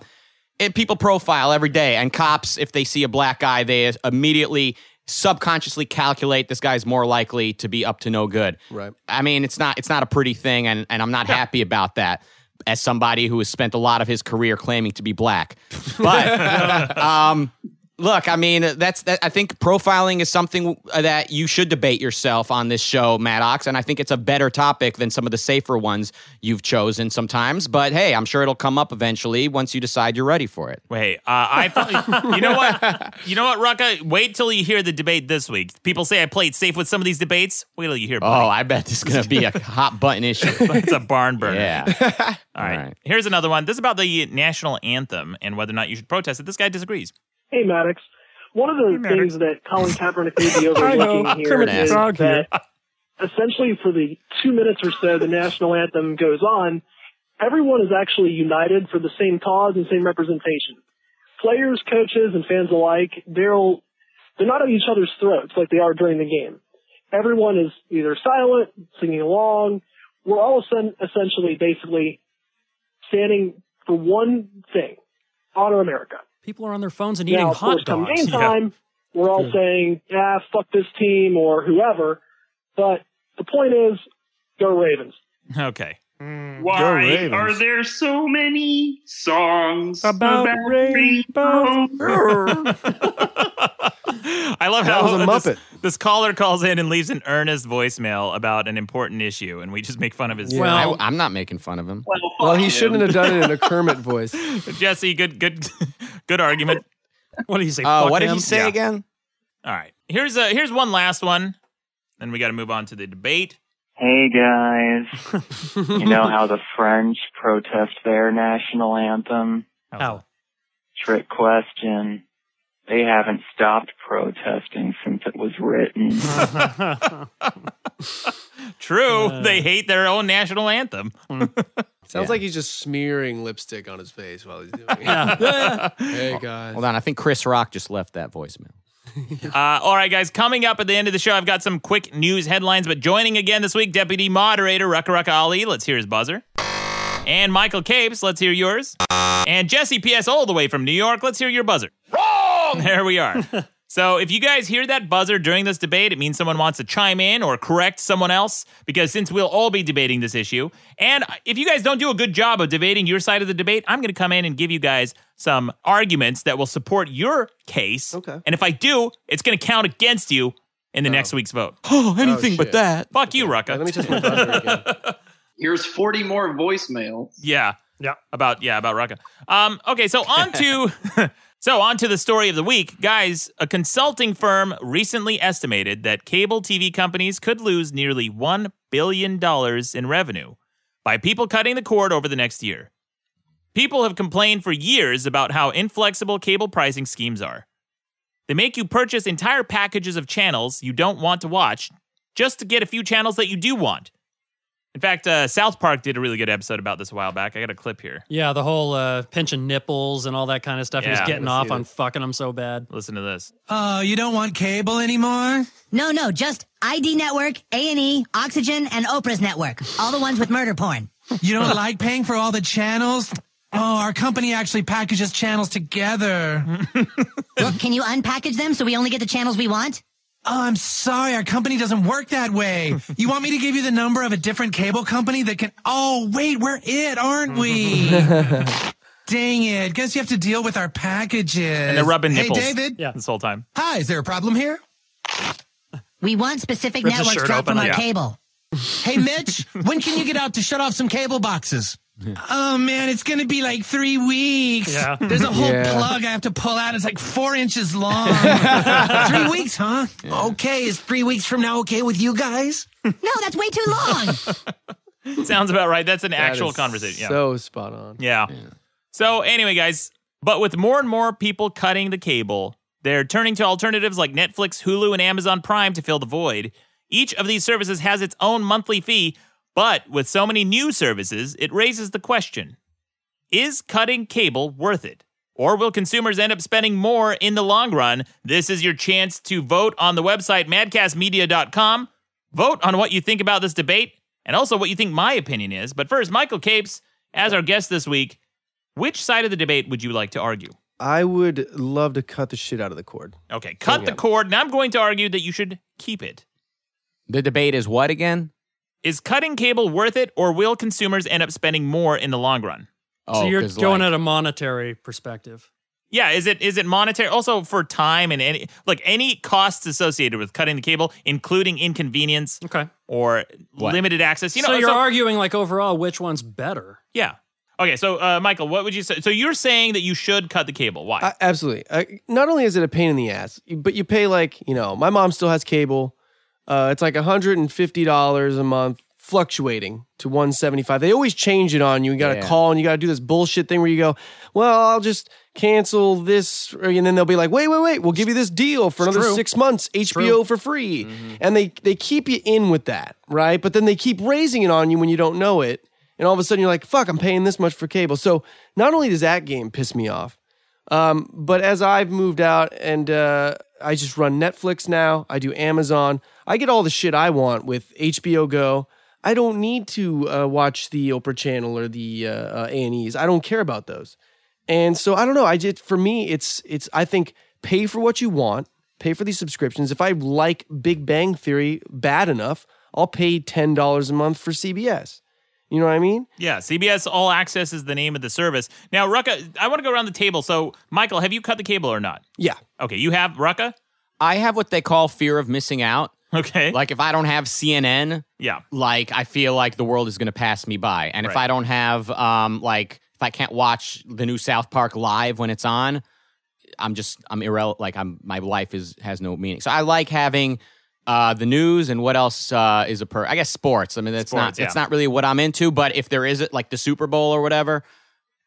it, people profile every day, and cops, if they see a black guy, they immediately subconsciously calculate this guy's more likely to be up to no good. Right. I mean, it's not it's not a pretty thing, and and I'm not happy about that. As somebody who has spent a lot of his career claiming to be black, but um, look, I mean, that's that. I think profiling is something that you should debate yourself on this show, Maddox, and I think it's a better topic than some of the safer ones you've chosen sometimes. But hey, I'm sure it'll come up eventually once you decide you're ready for it. Wait, uh, I fu- you know what? You know what, Rucka? Wait till you hear the debate this week. People say I played safe with some of these debates. Wait till you hear. Oh, Buddy. I bet this is gonna be a hot button issue. it's a barn burner. Yeah. All right. All right. Here's another one. This is about the national anthem and whether or not you should protest it. This guy disagrees. Hey, Maddox. One of the things that Colin Kaepernick may be overlooking know. here Kermit the is Frog that essentially for the two minutes or so the national anthem goes on, everyone is actually united for the same cause and same representation. Players, coaches, and fans alike, they're all- they're not at each other's throats like they are during the game. Everyone is either silent, singing along. We're all essen- essentially, basically, standing for one thing: honor America People are on their phones and now, eating of hot course, come dogs. game time, we're all saying, "Ah, fuck this team" or whoever. But the point is, go Ravens. Okay. Why Ravens. are there so many songs about, About rainbows? I love That how was a This, this caller calls in and leaves an earnest voicemail about an important issue, and we just make fun of his. Well, I, am not making fun of him. Well, he shouldn't have done it in a Kermit voice. Jesse, good, good, good argument. what did he say? Uh, Fuck what did him? he say Yeah. again? All right. Here's a here's one last one, and we got to move on to the debate. Hey guys, you know how the French protest their national anthem? How? Trick question. They haven't stopped protesting since it was written. True, Uh. they hate their own national anthem. Sounds Yeah. like he's just smearing lipstick on his face while he's doing it. Hey guys. Hold on, I think Chris Rock just left that voicemail. Uh, all right, guys. Coming up at the end of the show, I've got some quick news headlines. But joining again this week, Deputy Moderator Rucka Rucka Ali. Let's hear his buzzer. And Michael Capes. Let's hear yours. And Jesse P.S. all the way from New York. Let's hear your buzzer. Wrong. There we are. So if you guys hear that buzzer during this debate, it means someone wants to chime in or correct someone else because since we'll all be debating this issue, and if you guys don't do a good job of debating your side of the debate, I'm going to come in and give you guys some arguments that will support your case. Okay. And if I do, it's going to count against you in the next week's vote. Oh, anything shit. but that. Fuck you, Rucka. Let me test my buzzer again. Here's 40 more voicemails. Yeah. Yeah. About yeah, about Rucka. Um, okay, so on to so on to the story of the week. Guys, a consulting firm recently estimated that cable TV companies could lose nearly one billion dollars in revenue by people cutting the cord over the next year. People have complained for years about how inflexible cable pricing schemes are. They make you purchase entire packages of channels you don't want to watch just to get a few channels that you do want. In fact, uh, South Park did a really good episode about this a while back. I got a clip here. Yeah, the whole uh, pinching nipples and all that kind of stuff. He was Yeah. getting I see off on that. fucking them so bad. Listen to this. Oh, you don't want cable anymore? No, no, just ID Network, A&E, Oxygen, and Oprah's Network. All the ones with murder porn. You don't like paying for all the channels? Oh, our company actually packages channels together. Oh, Look, can you unpackage them so we only get the channels we want? Oh, I'm sorry, our company doesn't work that way. You want me to give you the number of a different cable company that can. Oh, wait, we're it, aren't we? Dang it. Guess you have to deal with our packages. And they're rubbing nipples. Hey, David. Yeah. This whole time. Hi, is there a problem here? We want specific Rips his networks shirt dropped open, from our yeah. cable. Hey, Mitch, when can you get out to shut off some cable boxes? Oh man, it's gonna be like three weeks. Yeah. There's a whole Yeah. plug I have to pull out. It's like four inches long. three weeks, huh? Okay, is three weeks from now okay with you guys? No, that's way too long. Sounds about right. That's an That actual is conversation. Yeah. So spot on. yeah. So anyway, guys, but with more and more people cutting the cable, they're turning to alternatives like Netflix, Hulu, and Amazon Prime to fill the void. Each of these services has its own monthly fee, but with so many new services, it raises the question: Is cutting cable worth it? Or will consumers end up spending more in the long run? This is your chance to vote on the website madcastmedia.com. Vote on what you think about this debate and also what you think my opinion is. But first, Michael Capes, as our guest this week, which side of the debate would you like to argue? I would love to cut the shit out of the cord. Okay, cut the cord, and I'm going to argue that you should keep it. The debate is what again? Is cutting cable worth it, or will consumers end up spending more in the long run? Oh, so Oh, you're going at a monetary perspective. Yeah, is it is it monetary? Also for time and any like any costs associated with cutting the cable, including inconvenience, okay, or limited access. You know, so you're arguing like overall which one's better. yeah. Okay, so uh, Michael, what would you say? So you're saying that you should cut the cable. Why? I, absolutely. I, not only is it a pain in the ass, but you pay like you know, my mom still has cable. Uh, it's like hundred and fifty dollars a month, fluctuating to one seventy five. They always change it on you. You got to Yeah. call and you got to do this bullshit thing where you go, well, I'll just cancel this, and then they'll be like, wait, wait, wait, we'll give you this deal for another true. six months, HBO true. for free, and they they keep you in with that, right? But then they keep raising it on you when you don't know it, and all of a sudden you're like, fuck, I'm paying this much for cable. So not only does that game piss me off. Um, but as I've moved out and uh, I just run Netflix now, I do Amazon. I get all the shit I want with HBO Go. I don't need to uh, watch the Oprah Channel or the uh, uh, A&Es. I don't care about those. And so I don't know. I just for me, it's it's. I think pay for what you want. Pay for these subscriptions. If I like Big Bang Theory bad enough, I'll pay ten dollars a month for CBS. You know what I mean? Yeah, CBS All Access is the name of the service. Now, Rucka, I want to go around the table. So, Michael, have you cut the cable or not? Yeah. Okay, you have Rucka. I have what they call fear of missing out. Okay. Like if I don't have CNN, yeah, like I feel like the world is going to pass me by. And if Right. I don't have um like if I can't watch the new South Park live when it's on, I'm just I'm irrelevant. Like I'm my life is has no meaning. So I like having uh the news and what else uh is a per I guess sports. I mean that's Sports, not yeah. that's not really what I'm into, but if there is it like the Super Bowl or whatever,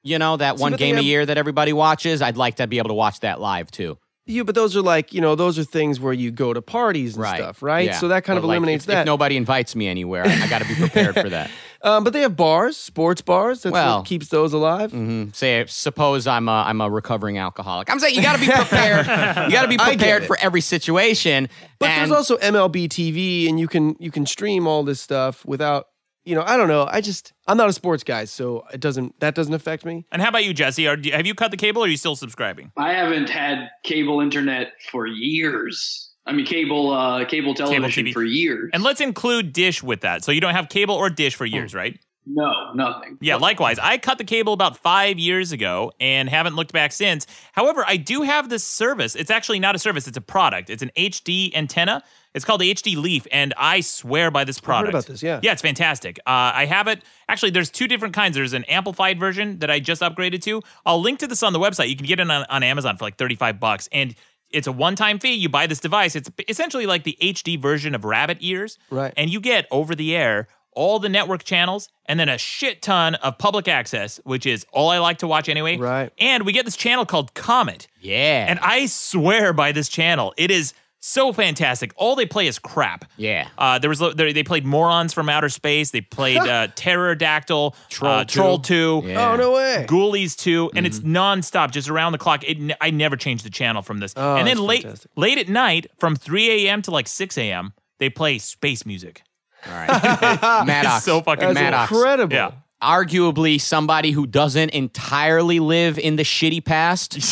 you know, that See, one but they game a have- year that everybody watches, I'd like to be able to watch that live too. You, but those are like you know those are things where you go to parties and stuff, right? Yeah. So that kind Or of like, eliminates if, that. If nobody invites me anywhere, I got to be prepared for that. Um, but they have bars, sports bars. That's Well- what keeps those alive. Mm-hmm. Say, suppose I'm a, I'm a recovering alcoholic. I'm saying you got to be prepared. you got to be I get prepared it. for every situation. But and there's also MLB TV, and you can you can stream all this stuff without you know. I don't know. I just I'm not a sports guy, so it doesn't that doesn't affect me. And how about you, Jesse? Are, have you cut the cable or are you still subscribing? I haven't had cable internet for years. I mean, cable uh, cable television TV. for years. Hmm. And let's include Dish with that. So you don't have cable or Dish for years, right? No, nothing. Yeah, likewise. I cut the cable about five years ago and haven't looked back since. However, I do have this service. It's actually not a service, it's a product. It's an HD antenna. It's called the HD Leaf, and I swear by this heard product. about this, yeah. Yeah, it's fantastic. Uh, I have it. Actually, there's two different kinds. There's an amplified version that I just upgraded to. I'll link to this on the website. You can get it on, on Amazon for like 35 bucks. And it's a one-time fee. You buy this device. It's essentially like the HD version of rabbit ears. Right. And you get over the air all the network channels and then a shit ton of public access, which is all I like to watch anyway. Right. And we get this channel called Comet. yeah, And I swear by this channel. It is so fantastic. All they play is crap. yeah. Uh, there was there, they played morons from outer space. They played uh, Pterodactyl, Troll, uh, Troll Two, Yeah. Oh no way! Ghoulies Two, and it's nonstop, just around the clock. It, ne- I never changed the channel from this. Oh, and then that's late fantastic. late at night, from three a.m. to like six a.m., they play space music. All right, Maddox. It's so fucking That's Maddox. incredible. Yeah. Arguably, somebody who doesn't entirely live in the shitty past,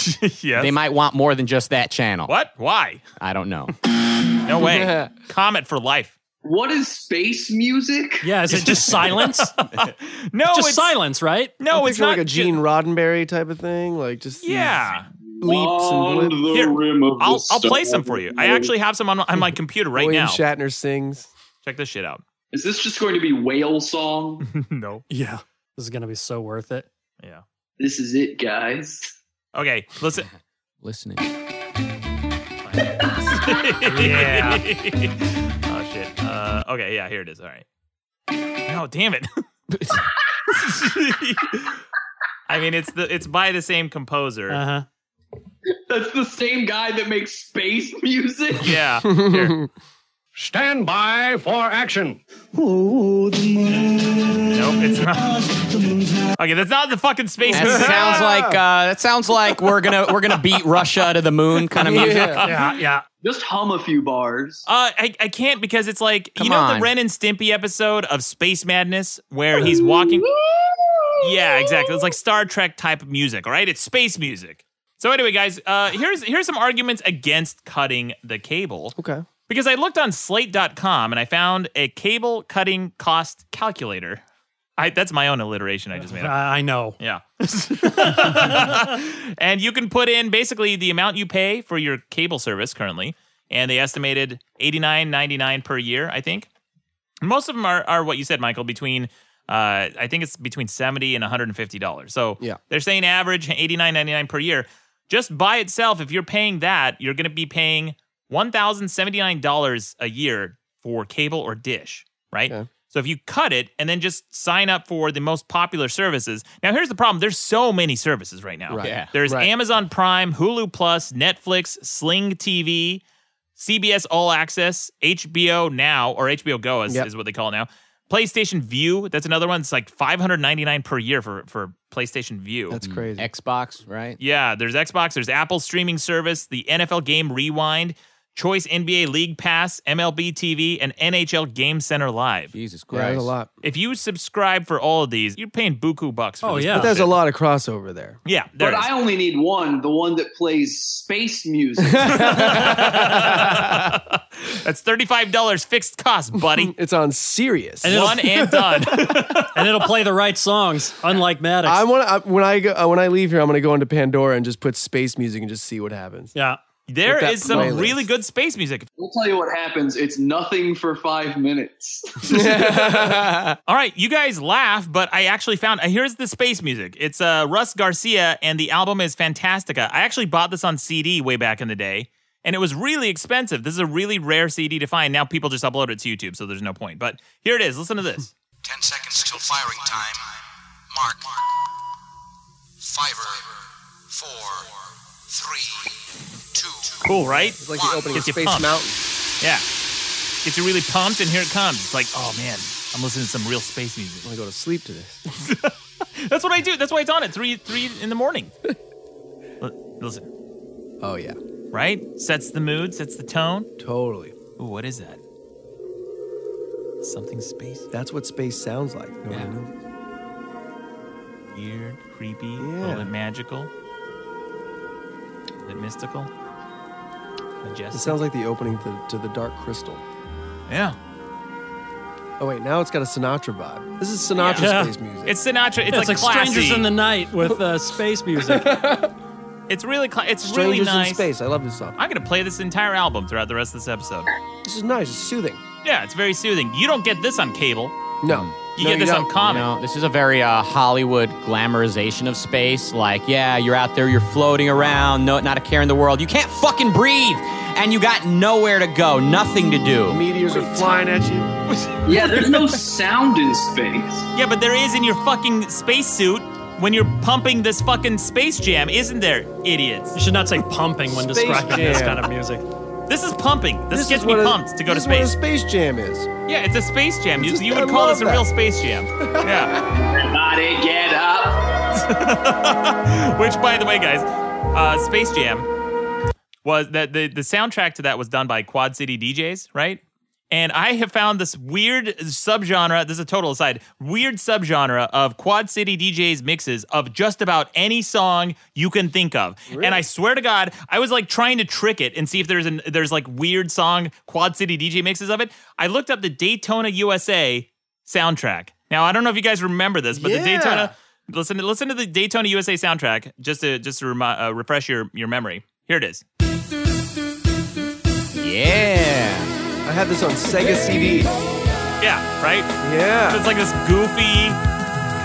yes. they might want more than just that channel. What? Why? I don't know. No way. Comment for life. What is space music? Yeah, is it just silence? No, just it's, silence, right? No, I it's picture not like a ju- Gene Roddenberry type of thing, like just these Yeah. leaps and blips. the Here, rim of the I'll, I'll play star. some for you. I actually have some on, on my computer right William now. Shatner sings. Check this shit out. Is this just going to be whale song? no. Yeah, this is gonna be so worth it. Yeah. this is it, guys. Okay, listen. Listening. yeah. oh shit. Uh, okay, yeah, here it is. All right. No, Oh, damn it. I mean, it's the it's by the same composer. Uh huh. That's the same guy that makes space music. Yeah. Here. Stand by for action. Nope, it's not. Okay, that's not the fucking space. That music. sounds like uh, that sounds like we're gonna we're gonna beat Russia to the moon kind of music. Yeah, yeah. Just hum a few bars. Uh, I, I can't because it's like Come you know on. the Ren and Stimpy episode of Space Madness where he's walking. yeah, exactly. It's like Star Trek type of music. All right, it's space music. So anyway, guys, uh, here's here's some arguments against cutting the cable. Okay. Because I looked on slate.com and I found a cable cutting cost calculator. I, that's my own alliteration I just made. Up. I I know. Yeah. and you can put in basically the amount you pay for your cable service currently, and they estimated eighty nine ninety nine per year, I think. Most of them are, are what you said, Michael, between uh, I think it's between seventy and one hundred and fifty dollars. So Yeah. they're saying average eighty nine ninety nine per year. Just by itself, if you're paying that, you're going to be paying one thousand seventy nine dollars a year for cable or dish, right? So if you cut it and then just sign up for the most popular services. Now here's the problem: there's so many services right now. Right. Yeah. There's Right. Amazon Prime, Hulu Plus, Netflix, Sling TV, CBS All Access, HBO Now or HBO Go is, Yep. is what they call it now. PlayStation View, that's another one. It's like 599 per year for for PlayStation View. That's crazy. Mm, Xbox, right? Yeah, there's Xbox, there's Apple streaming service, the NFL game Rewind, Choice NBA League Pass, MLB TV, and NHL Game Center Live. Jesus Yeah, there's a lot. If you subscribe for all of these, you're paying buku bucks for this But there's a bullshit. lot of crossover there. Yeah, there Oh, but is. I only need one, the one that plays space music. That's $35 fixed cost, buddy. It's on Sirius. it'll- One and done. and it'll play the right songs, unlike Maddox. I want to when I go, uh, when I leave here, I'm gonna go into Pandora and just put space music and just see what happens. yeah. There With that is some playlist. really good space music. We'll tell you what happens. It's nothing for five minutes. All right, you guys laugh, but I actually found uh, here's the space music. It's uh, Russ Garcia, and the album is Fantastica. I actually bought this on CD way back in the day, and it was really expensive. This is a really rare CD to find. Now people just upload it to YouTube, so there's no point. But here it is. Listen to this. 10 seconds till firing time. Mark. Fiver. Four. Three. Cool, right? It's like the opening Gets of you Space pumped. Mountain. Yeah. Gets you really pumped, and here it comes. It's like, oh man, I'm listening to some real space music. I'm gonna go to sleep to this. That's what I do. That's why it's on at three three in the morning. L- Listen, Oh yeah, right? Sets the mood, sets the tone. totally. Ooh, what is that? Something spacey. That's what space sounds like. No Yeah. one knows. Weird, creepy, a little bit magical, a little bit mystical, It majestic. sounds like the opening to, to the Dark Crystal. yeah. Oh wait, now it's got a Sinatra vibe. This is Sinatra Yeah. space music. It's Sinatra. It's, It's like Strangers classy. in the Night with uh, space music. It's really cla- it's Strangers really nice. in space. I love this song. I'm gonna play this entire album throughout the rest of this episode. This is nice. It's soothing. Yeah, it's very soothing. You don't get this on cable. No, You No, get this don't. on Comet. No, this is a very uh, Hollywood glamorization of space. Like, yeah, you're out there, you're floating around, no, not a care in the world. You can't fucking breathe, and you got nowhere to go, nothing to do. Meteors are flying at you. yeah, there's no sound in space. Yeah, but there is in your fucking spacesuit when you're pumping this fucking space jam, isn't there, idiots? You should not say pumping when Space describing this Jam. kind of music. This is pumping. This, This gets is me what a- pumped to go to this is what space. a space jam is. Yeah, it's a space jam. You, This is- you I would call love this a real that. space jam. Yeah. Everybody get up. Which, by the way, guys, uh, Space Jam was that the, the soundtrack to that was done by Quad City DJs, right? And I have found this weird subgenre. This is a total aside. Weird subgenre of Quad City DJs mixes of just about any song you can think of. And I swear to God, I was like trying to trick it and see if there's an there's like weird song Quad City DJ mixes of it. I looked up the Daytona USA soundtrack. Now I don't know if you guys remember this, but the Yeah. Daytona listen to listen to the Daytona USA soundtrack just to just to remi- uh, refresh your your memory. Here it is. Yeah. I had this on Sega CD. Yeah, right. So Yeah. it's like this goofy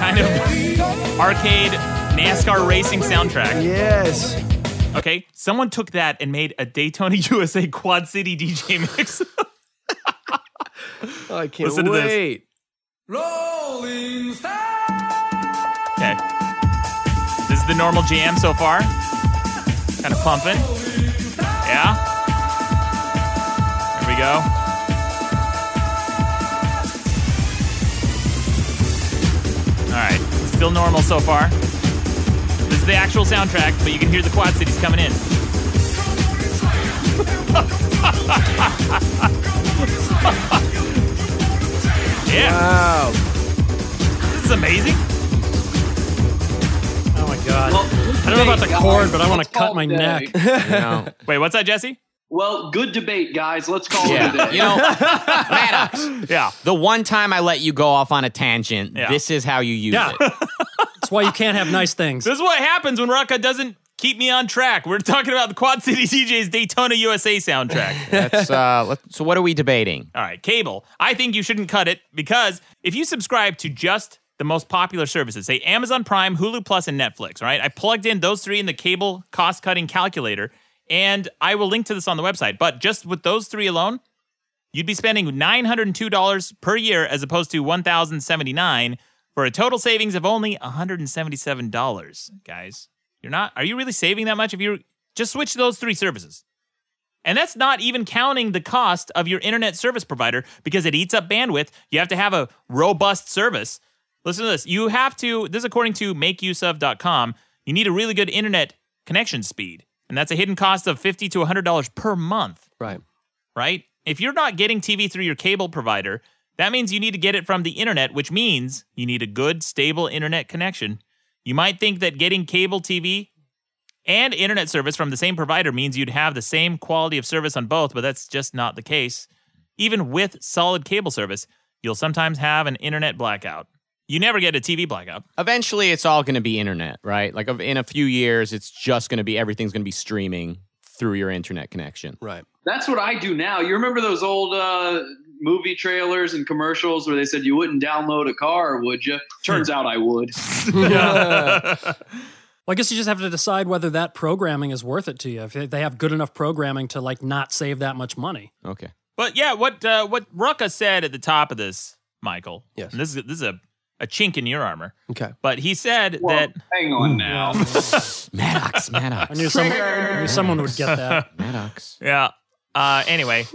kind of arcade NASCAR racing soundtrack. Yes. Okay, someone took that and made a Daytona USA Quad City DJ mix. Oh, I can't Listen to this. wait. Rolling okay, this is the normal jam so far. Kind of pumping. Yeah. Here we go. All right, still normal so far. This is the actual soundtrack, but you can hear the Quad Cities coming in. yeah, Wow. this is amazing. Oh my god. Well, I don't don't know about the debate, cord, guys. but I want Let's to cut call my it a neck. day. Wait, what's that, Jesse? Well, good debate, guys. Let's call it a Yeah. day. You know, Maddox. Yeah. The one time I let you go off on a tangent, this is how you use Yeah. it. That's why you can't have nice things. This is what happens when Rocka doesn't keep me on track. We're talking about the Quad City DJ's Daytona USA soundtrack. That's, uh, let- so what are we debating? All right, cable. I think you shouldn't cut it because if you subscribe to just the most popular services, say Amazon Prime, Hulu Plus, and Netflix, all right? I plugged in those three in the cable cost cutting calculator, and I will link to this on the website. But just with those three alone, you'd be spending $902 per year as opposed to $1,079 for a total savings of only $177, guys. You're not, are you really saving that much if you just switch to those three services? And that's not even counting the cost of your internet service provider because it eats up bandwidth. You have to have a robust service. Listen to this. You have to, this is according to makeuseof.com, you need a really good internet connection speed. And that's a hidden cost of $50 to $100 per month. Right. Right? If you're not getting TV through your cable provider, that means you need to get it from the internet, which means you need a good, stable internet connection. You might think that getting cable TV and internet service from the same provider means you'd have the same quality of service on both, but that's just not the case. Even with solid cable service, you'll sometimes have an internet blackout. You never get a TV blackout. Eventually, it's all going to be internet, right? Like of- in a few years, it's just going to be everything's going to be streaming through your internet connection. Right. That's what I do now. You remember those old uh, movie trailers and commercials where they said you wouldn't download a car, would you? Hmm. Turns out I would. Well, I guess you just have to decide whether that programming is worth it to you. If they have good enough programming to like not save that much money. Okay. But yeah, what uh, what Rucka said at the top of this, Michael. Yes. And this is this is a, a chink in your armor. Okay. But he said that hang on now. Maddox, Maddox. Hmm. I knew, some, I knew someone would get that. Maddox. Yeah. Uh, anyway,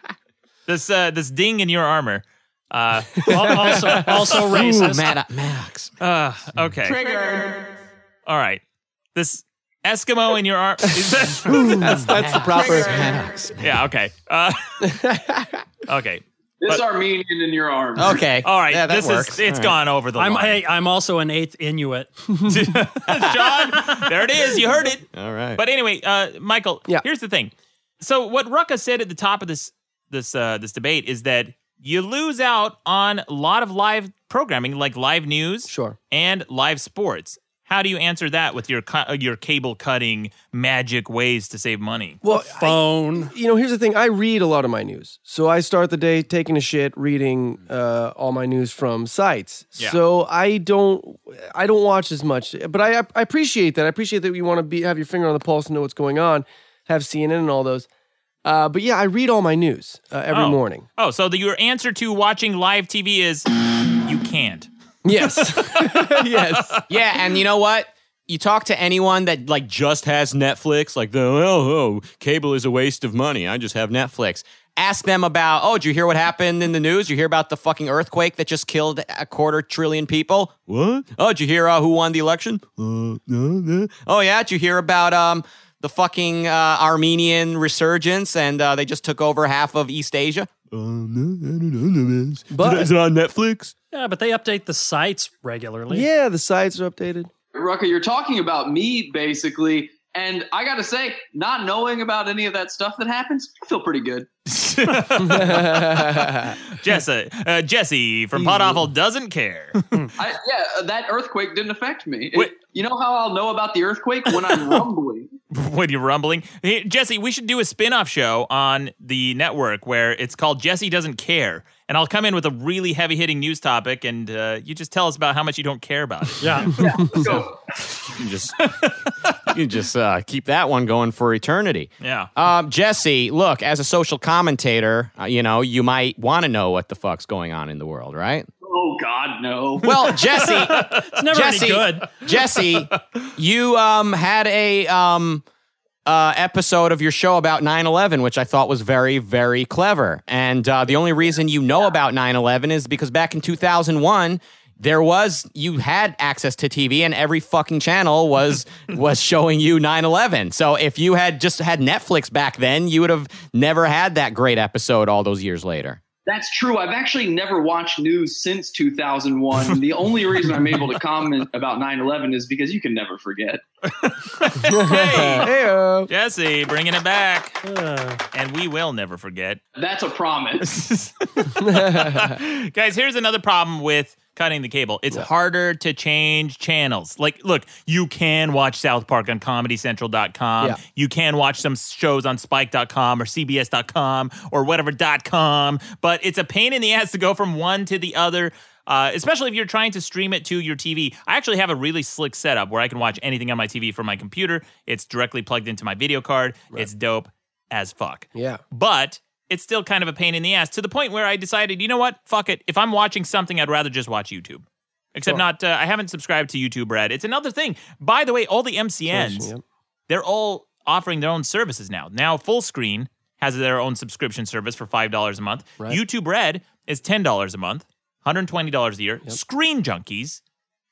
this uh, this ding in your armor. Uh, Al- also- also Ooh, racist. Mad- Maddox. Uh, okay. All right. This Eskimo in your arm. Is that- that's, that's the proper. yeah. Okay. Uh, okay. This Armenian in your arms. Okay. All right. this is All it's right. gone over the I'm, line. hey, I'm also an eighth Inuit. There it is. You heard it. All right. But anyway, uh, Michael, here's the thing. So what Rucka said at the top of this this uh, this debate is that you lose out on a lot of live programming, like live news, sure, and live sports. How do you answer that with your cu- uh, your cable cutting magic ways to save money? Well, phone. you know, here's the thing. I read a lot of my news, so I start the day taking a shit, reading uh, all my news from sites. Yeah. So I don't, I don't watch as much, but I, I appreciate that. I appreciate that you want to be have your finger on the pulse and know what's going on, have CNN and all those. Uh, but yeah, I read all my news uh, every Oh. morning. Oh, so the, your answer to watching live TV is you can't. Yes. yes. Yeah, and you know what? You talk to anyone that like just has Netflix, like the oh, oh cable is a waste of money. I just have Netflix. Ask them about oh, did you hear what happened in the news? You hear about the fucking earthquake that just killed a quarter trillion people? What? Oh, did you hear uh, who won the election? Uh, no, no. Oh yeah, did you hear about um the fucking uh, Armenian resurgence and uh, they just took over half of East Asia? Uh, no, I don't know this. But- is it on Netflix? Yeah, but they update the sites regularly. Yeah, the sites are updated. Rucker, you're talking about me basically, and I got to say, not knowing about any of that stuff that happens, I feel pretty good. Jesse, uh, Jesse from Pot Awful doesn't care. I, yeah, that earthquake didn't affect me. It- you know how I'll know about the earthquake when I'm rumbling. when you're rumbling. Hey, Jesse, we should do a spin-off show on the network where it's called Jesse Doesn't Care. And I'll come in with a really heavy-hitting news topic and uh, you just tell us about how much you don't care about it. Yeah. You can just you can just uh, keep that one going for eternity. Yeah. Um, Jesse, look, as a social commentator, uh, you know you might want to know what the fuck's going on in the world, right? Oh God, no. Well, Jesse, it's never Jesse, any good. Jesse, you um, had a um, uh, episode of your show about 9/11, which I thought was very, very clever. And uh, the only reason you know about 9/11 is because back in 2001. There was you had access to TV and every fucking channel was was showing you 9/11. So if you had just had Netflix back then, you would have never had that great episode all those years later. That's true. I've actually never watched news since 2001. the only reason I'm able to comment about 9/11 is because you can never forget. hey, Jesse, bringing it back, and we will never forget. That's a promise. Guys, here's another problem with cutting the cable. It's harder to change channels. Like, look, you can watch South Park on ComedyCentral.com. Yeah. You can watch some shows on Spike.com or CBS.com or whatever.com. But it's a pain in the ass to go from one to the other. Uh, especially if you're trying to stream it to your TV. I actually have a really slick setup where I can watch anything on my TV from my computer. It's directly plugged into my video card. It's dope as fuck Yeah. but it's still kind of a pain in the ass to the point where I decided, you know what? Fuck it. If I'm watching something, I'd rather just watch YouTube. Except Sure. not, uh, I haven't subscribed to YouTube Red. It's another thing. By the way, all the MCNs, Solution, yep. they're all offering their own services now. Now, Full Screen has their own subscription service for $5 a month. Right. YouTube Red is $10 a month, $120 a year. Screen Junkies,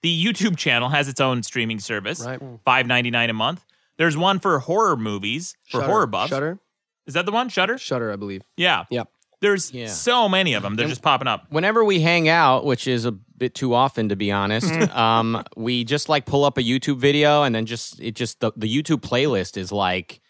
the YouTube channel, has its own streaming service, Right. $5.99 a month. There's one for horror movies, for Shudder. horror buffs. Shudder. Is that the one? Shutter? Shutter, I believe. Yeah. Yep. There's Yeah. so many of them. They're just popping up. Whenever we hang out, which is a bit too often to be honest, Mm. um, we just like pull up a YouTube video and then just it just the, the YouTube playlist is like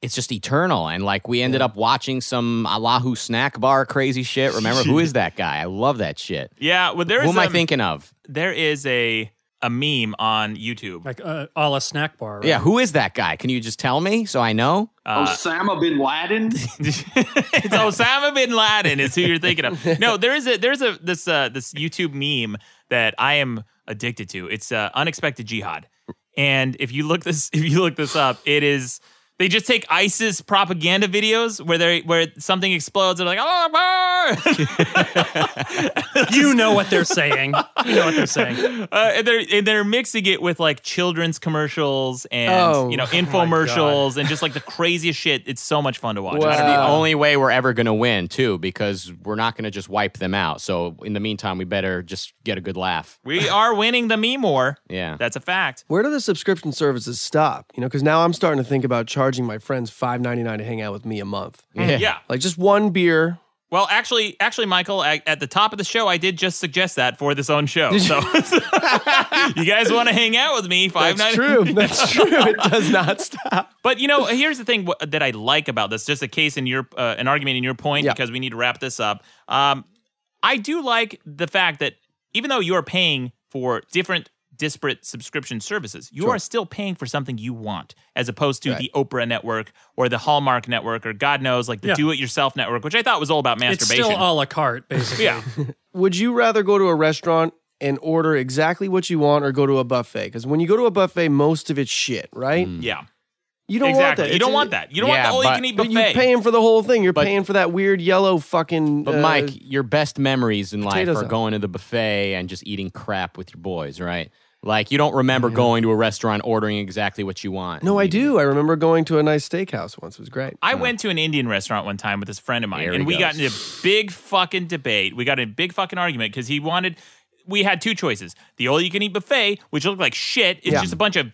it's just eternal and like we ended up watching some Allahu snack bar crazy shit. Remember who is that guy? I love that shit. Yeah. Well, there is. Who am I um, thinking of? There is a a meme on YouTube. Like uh, a la snack bar. Right? Yeah, who is that guy? Can you just tell me so I know? Uh, Oh, Osama bin Laden. it's Osama bin Laden is who you're thinking of. No, there is a there's a this uh, this YouTube meme that I am addicted to. It's uh, unexpected jihad, and if you look this if you look this up, it is they just take ISIS propaganda videos where they where something explodes. They're like, oh, you know what they're saying. You know what they're saying. uh, and they're and they're mixing it with like children's commercials and Oh. you know Oh my infomercials and just like the craziest shit. It's so much fun to watch. That's It's- the only way we're ever going to win, too, because we're not going to just wipe them out. So in the meantime, we better just get a good laugh. We are winning the meme war. Yeah. That's a fact. Where do the subscription services stop? You know, because now I'm starting to think about charging my friends five ninety nine to hang out with me a month. Yeah. Yeah. Like just one beer. Well, actually, actually, Michael, I, at the top of the show, I did just suggest that for this own show. So, you guys want to hang out with me? Five That's nine- true. That's true. It does not stop. But you know, here's the thing wh- that I like about this. Just a case in your, uh, an argument in your point, because we need to wrap this up. Um, I do like the fact that even though you are paying for different disparate subscription services, you Sure. are still paying for something you want, as opposed to the Oprah network or the Hallmark network or God knows, like the Yeah. do-it-yourself network, which I thought was all about It's masturbation. still a la carte, basically. yeah. Would you rather go to a restaurant and order exactly what you want, or go to a buffet? Because when you go to a buffet, most of it's shit, right? Yeah. You don't exactly. want that. You don't want that. You don't want the all you can eat But buffet. you're paying for the whole thing. You're paying for that weird yellow fucking. But uh, Mike, your best memories in life potato are salad. going to the buffet and just eating crap with your boys, right? Like you don't remember going to a restaurant ordering exactly what you want. no, I do. I remember going to a nice steakhouse once. It was great. I went to an Indian restaurant one time with this friend of mine, There and he we got goes. into a big fucking debate. We got in a big fucking argument because he wanted. We had two choices: the all-you-can-eat buffet, which looked like shit. It's Yeah. just a bunch of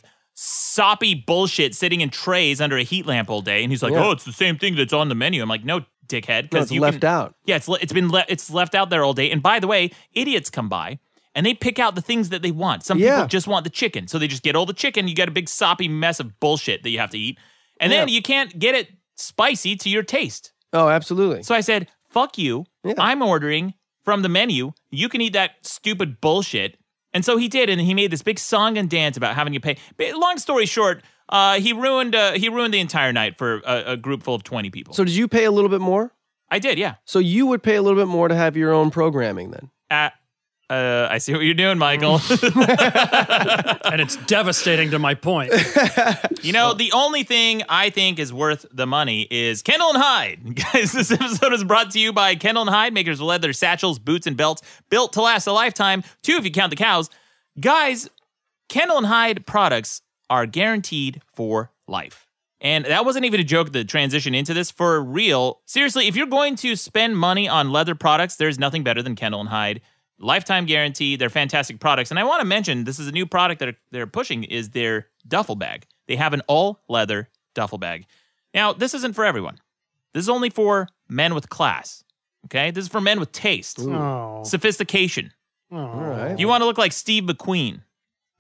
soppy bullshit sitting in trays under a heat lamp all day, and he's like, Yeah. "Oh, it's the same thing that's on the menu." I'm like, "No, dickhead," No, because it's left out. Yeah, it's le- it's been le- it's left out there all day. And by the way, idiots come by and they pick out the things that they want. Some Yeah. people just want the chicken, so they just get all the chicken. You got a big soppy mess of bullshit that you have to eat, and then Yeah. you can't get it spicy to your taste. Oh, absolutely. So I said, "Fuck you! I'm ordering from the menu. You can eat that stupid bullshit." And so he did, and he made this big song and dance about having to pay. But long story short, uh, he ruined uh, he ruined the entire night for a, a group full of twenty people. So did you pay a little bit more? I did, yeah. So you would pay a little bit more to have your own programming then. Uh, uh, I see what you're doing, Michael. Mm. And it's devastating to my point. you know, the only thing I think is worth the money is Kendall and Hyde. Guys, this episode is brought to you by Kendall and Hyde, makers of leather satchels, boots, and belts, built to last a lifetime. Two, if you count the cows. Guys, Kendall and Hyde products are guaranteed for life. And that wasn't even a joke, the transition into this for real. Seriously, if you're going to spend money on leather products, there's nothing better than Kendall and Hyde. Lifetime guarantee, they're fantastic products. And I want to mention this is a new product that are- they're pushing is their duffel bag. They have an all leather duffel bag. Now, this isn't for everyone. This is only for men with class. Okay? This is for men with taste, Oh. sophistication. All right. You want to look like Steve McQueen.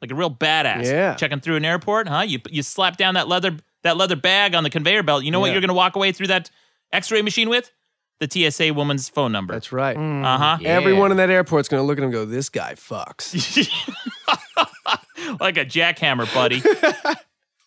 like a real badass. Yeah. Checking through an airport, huh? You you slap down that leather that leather bag on the conveyor belt. You know what Yeah. you're gonna walk away through that X-ray machine with? The TSA woman's phone number. That's right. Uh huh. Everyone in that airport's gonna look at him and go, "This guy fucks." like a jackhammer, buddy.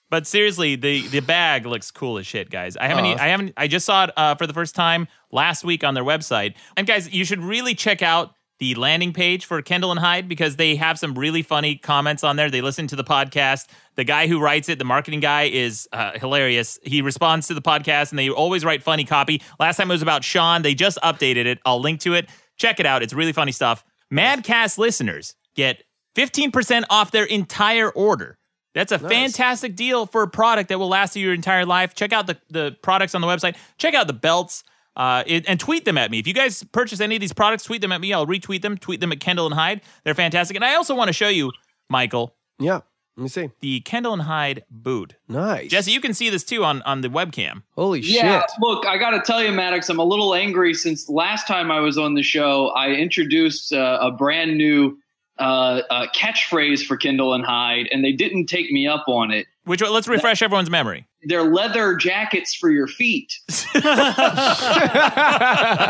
but seriously, the the bag looks cool as shit, guys. I haven't Aw. e- I haven't I just saw it uh, for the first time last week on their website. And guys, you should really check out the landing page for Kendall and Hyde because they have some really funny comments on there. They listen to the podcast. The guy who writes it, the marketing guy, is uh, hilarious. He responds to the podcast and they always write funny copy. Last time it was about Sean. They just updated it. I'll link to it. Check it out. It's really funny stuff. Madcast listeners get 15% off their entire order. That's a fantastic deal for a product that will last you your entire life. Check out the, the products on the website. Check out the belts uh, it- and tweet them at me. If you guys purchase any of these products, tweet them at me. I'll retweet them. Tweet them at Kendall and Hyde. They're fantastic. And I also want to show you, Michael. Yeah. Let me see. The Kendall and Hyde boot. Nice. Jesse, you can see this too on, on the webcam. Holy Yeah, look, I got to tell you, Maddox, I'm a little angry since last time I was on the show, I introduced uh, a brand new uh, uh, catchphrase for Kindle and Hyde, and they didn't take me up on it. Which let's refresh everyone's memory. They're leather jackets for your feet.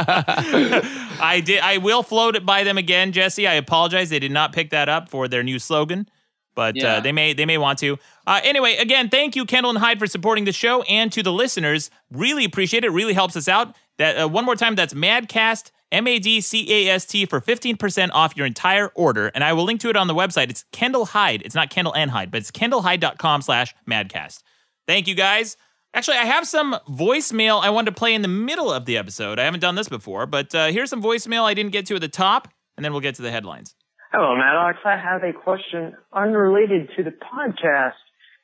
I did. I will float it by them again, Jesse. I apologize. They did not pick that up for their new slogan, but uh, Yeah. they may they may want to. Uh, anyway, again, thank you, Kendall and Hyde, for supporting the show and to the listeners. Really appreciate it. Really helps us out. That uh, one more time. That's Madcast. M A D C A S T for 15% off your entire order. And I will link to it on the website. It's Kendall Hyde. It's not Kendall and Hyde, but it's kendallhyde.com slash madcast. Thank you guys. Actually, I have some voicemail I wanted to play in the middle of the episode. I haven't done this before, but uh, here's some voicemail I didn't get to at the top, and then we'll get to the headlines. Hello, Maddox. I have a question unrelated to the podcast.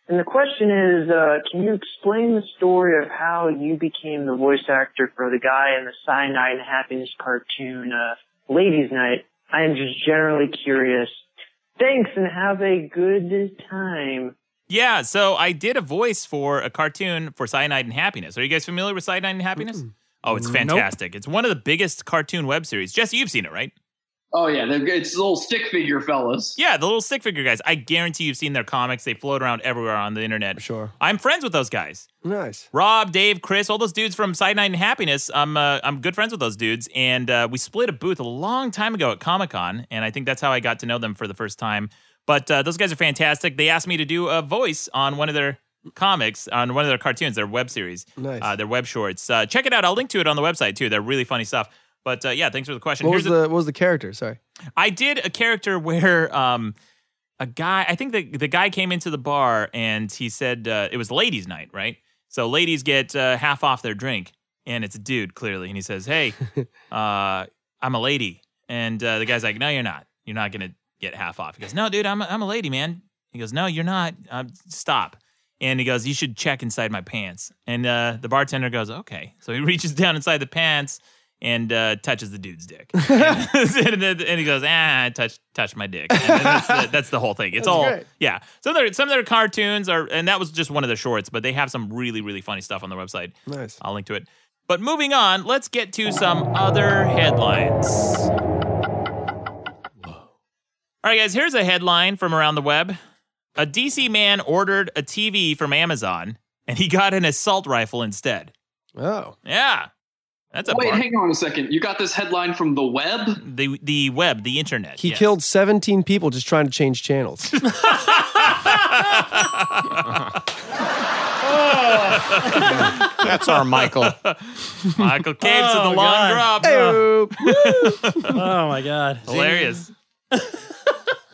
And the question is, uh, can you explain the story of how you became the voice actor for the guy in the Cyanide and Happiness cartoon, uh, Ladies Night? I am just generally curious. Thanks and have a good time. Yeah, so I did a voice for a cartoon for Cyanide and Happiness. Are you guys familiar with Cyanide and Happiness? Oh, it's Nope. fantastic. It's one of the biggest cartoon web series. Jesse, you've seen it, right? Oh, yeah, they've- it's little stick figure fellas. Yeah, the little stick figure guys. I guarantee you've seen their comics. They float around everywhere on the internet. Sure. I'm friends with those guys. Nice. Rob, Dave, Chris, all those dudes from Side Night and Happiness. I'm uh, I'm good friends with those dudes, and uh, we split a booth a long time ago at Comic Con, and I think that's how I got to know them for the first time. But uh, those guys are fantastic. They asked me to do a voice on one of their comics, on one of their cartoons, their web series, Nice. uh, their web shorts. Uh, check it out. I'll link to it on the website too. They're really funny stuff. But uh, yeah, thanks for the question. What Here's was the what was the character? Sorry. I did a character where um a guy I think the the guy came into the bar and he said uh, it was ladies night, right? So ladies get uh, half off their drink and it's a dude clearly and he says, "Hey, uh I'm a lady." And uh, the guy's like, "No, you're not. You're not going to get half off." He goes, "No, dude, I'm a, I'm a lady, man." He goes, "No, you're not. Um, stop." And he goes, "You should check inside my pants." And uh, the bartender goes, "Okay." So he reaches down inside the pants and uh, touches the dude's dick. and, then- and he goes, ah, I touched touched my dick. And then that's, the, that's the whole thing. That's It's all great. yeah. Some of their some of their cartoons are, and that was just one of the shorts, but they have some really really funny stuff on their website. Nice. I'll link to it. But moving on, let's get to some other headlines. All right, guys, here's a headline from around the web. A DC man ordered a TV from Amazon, and he got an assault rifle instead. Oh. Yeah. That's a Wait, bar. hang on a second. You got this headline from the web? The the web, the internet. He killed 17 people just trying to change channels. That's our Michael. Michael Caves to the long drop. oh my god, Hilarious.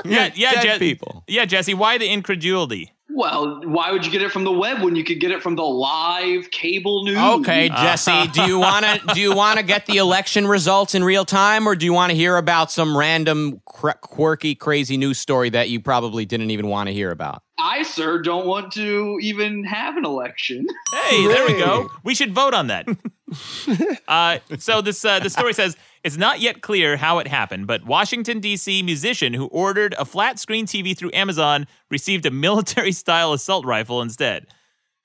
yeah, yeah, Dead people. Yeah, Jesse. Why the incredulity? Well, why would you get it from the web when you could get it from the live cable news? Okay, Uh, Jesse, do you want to do you want to get the election results in real time, or do you want to hear about some random cr- quirky, crazy news story that you probably didn't even want to hear about? I, sir, don't want to even have an election. Hey, there we go. We should vote on that. uh, so this uh, the story says it's not yet clear how it happened, but Washington D.C. musician who ordered a flat screen TV through Amazon received a military style assault rifle instead.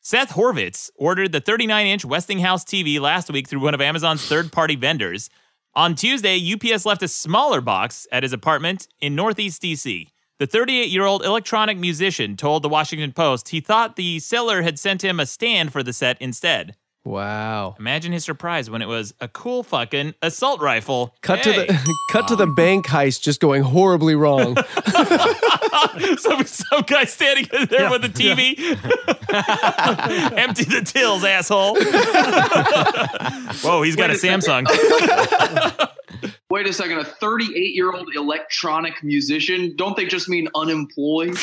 Seth Horvitz ordered the 39 inch Westinghouse TV last week through one of Amazon's third party vendors. On Tuesday, UPS left a smaller box at his apartment in Northeast DC. The 38 year old electronic musician told the Washington Post he thought the seller had sent him a stand for the set instead. Wow. Imagine his surprise when it was a cool fucking assault rifle. Cut Hey. to the cut to Um. the bank heist just going horribly wrong. some, some guy standing in there Yeah, with a TV. Empty the tills, asshole. Whoa, he's got a Samsung. Wait a second, a 38 year old electronic musician? Don't they just mean unemployed?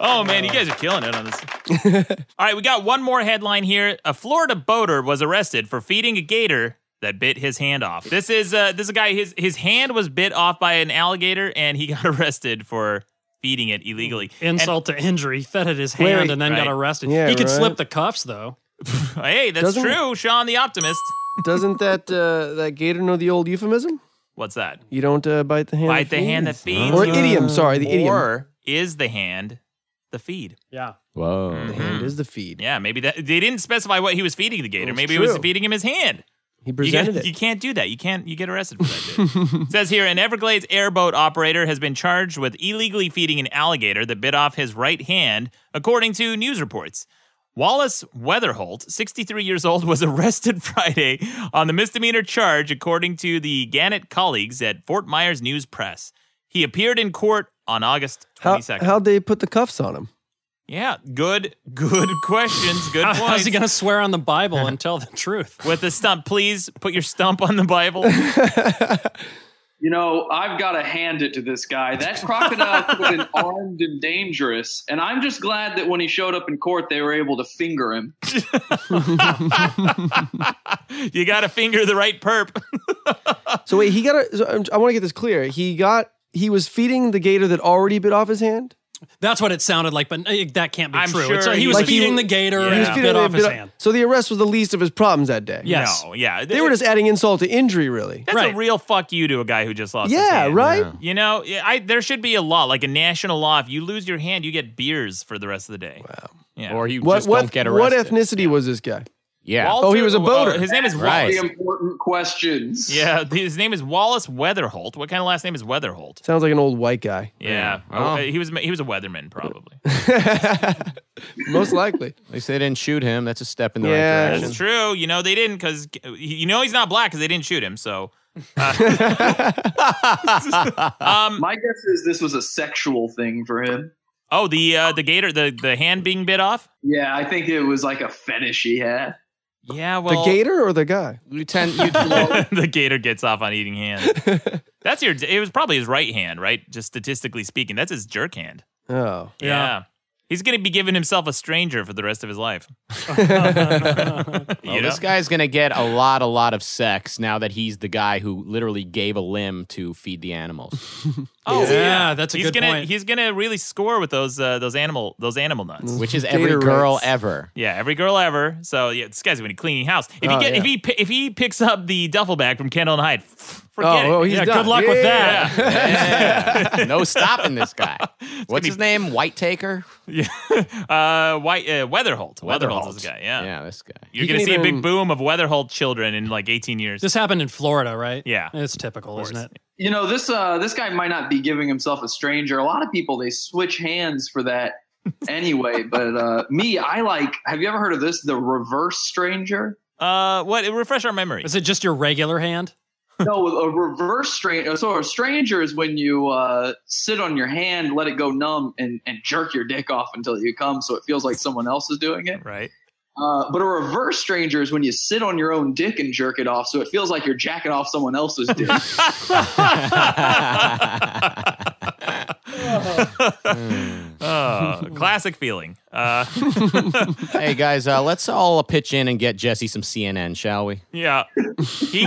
Oh man, Uh. you guys are killing it on this. All right, we got one more headline here. A Florida boater was arrested for feeding a gator that bit his hand off. This is uh, this is a guy his his hand was bit off by an alligator and he got arrested for feeding it illegally. Insult to injury, fed at Mm, his hand Larry- and then got Right. arrested. Yeah, he could right. slip the cuffs though. And- hey, that's Doesn't- true. Sean the optimist. Doesn't that uh, that gator know the old euphemism? What's that? You don't uh, bite the hand. Bite that the hand that feeds. Or you. idiom. Sorry, the idiom. Or is the hand the feed? Yeah. Whoa. The hand Mhm. is the feed. Yeah, maybe that they didn't specify what he was feeding the gator. That's maybe he was true. feeding him his hand. He You, presented get- it. you can't do that. You can't. You get arrested for that. Dude. It says here, an Everglades airboat operator has been charged with illegally feeding an alligator that bit off his right hand, according to news reports. Wallace Weatherholt, 63 years old, was arrested Friday on the misdemeanor charge, according to the Gannett colleagues at Fort Myers News Press. He appeared in court on August How, 22nd. how'd they put the cuffs on him? Yeah, good, good questions. Good How- points. How's he gonna swear on the Bible and tell the truth? With the stump, please put your stump on the Bible. You know, I've got to hand it to this guy. That crocodile could have been armed and dangerous. And I'm just glad that when he showed up in court, they were able to finger him. you got to finger the right perp. So wait, he got. A, so I'm- I want to get this clear. He got. He was feeding the gator that already bit off his hand. That's what it sounded like, but uh, that can't be I'm true. sure It's- he was Like feeding the gator He and was it feeding bit the- off his bit- hand. So the arrest was the least of his problems that day. No, yeah. They were just adding insult to injury, really. That's a real fuck you to a guy who just lost. his Yeah, hand. right? Yeah. You know, I there should be a law, like a national law. If you lose your hand, you get beers for the rest of the day. Wow. Yeah. Or you What just what don't get what arrested. ethnicity was this guy? yeah. Oh, he was a boater. uh, his name is Right. Wallace. The important questions. Yeah, his name is Wallace Weatherholt. What kind of last name is Weatherholt? Sounds like an old white guy. Yeah, Well- Oh, he was he was a weatherman probably. Most likely. At least they didn't shoot him. That's a step in the Yeah. right That's direction. true. You know they didn't because you know he's not black because they didn't shoot him. So um, My guess is this was a sexual thing for him. oh the uh, the gator the the hand being bit off. Yeah, I think it was like a fetish he had. Yeah, well the gator or the guy? Lieutenant, the gator gets off on eating hands. That's your. It was probably his right hand, right? Just statistically speaking, that's his jerk hand. Oh. Yeah. He's gonna be giving himself a stranger for the rest of his life. Well, You this know? guy's gonna get a lot, a lot of sex now that he's the guy who literally gave a limb to feed the animals, Oh yeah, that's a he's good gonna point. he's gonna really score with those uh, those animal those animal nuts. which is every Gator girl rights. ever. Yeah, every girl ever. So yeah, this guy's gonna be cleaning house. If Oh, he get, yeah. if he pi- if he picks up the duffel bag from Kendall and Hyde, f- forget oh, well, it. he's Yeah, done. good luck with that. Yeah. no stopping this guy. What's his name? White Taker. Yeah. uh, White uh, Weatherholt. Weatherholt's this guy. Yeah. Yeah, this guy. You're He gonna can see a big even- boom of Weatherholt children in like 18 years. This happened in Florida, right? yeah. It's typical, isn't it? You know, this uh, this guy might not be giving himself a stranger. A lot of people they switch hands for that anyway. but uh, me, I like. Have you ever heard of this? The reverse stranger. Uh, what? Refresh our memory. Is it just your regular hand? No, a reverse stranger. So a stranger is when you uh, sit on your hand, let it go numb, and, and jerk your dick off until you come, so it feels like someone else is doing it. Right. Uh, but a reverse stranger is when you sit on your own dick and jerk it off, so it feels like you're jacking off someone else's dick. Oh, classic feeling. Uh, hey guys, uh, let's all pitch in and get Jesse some CNN, shall we? yeah. He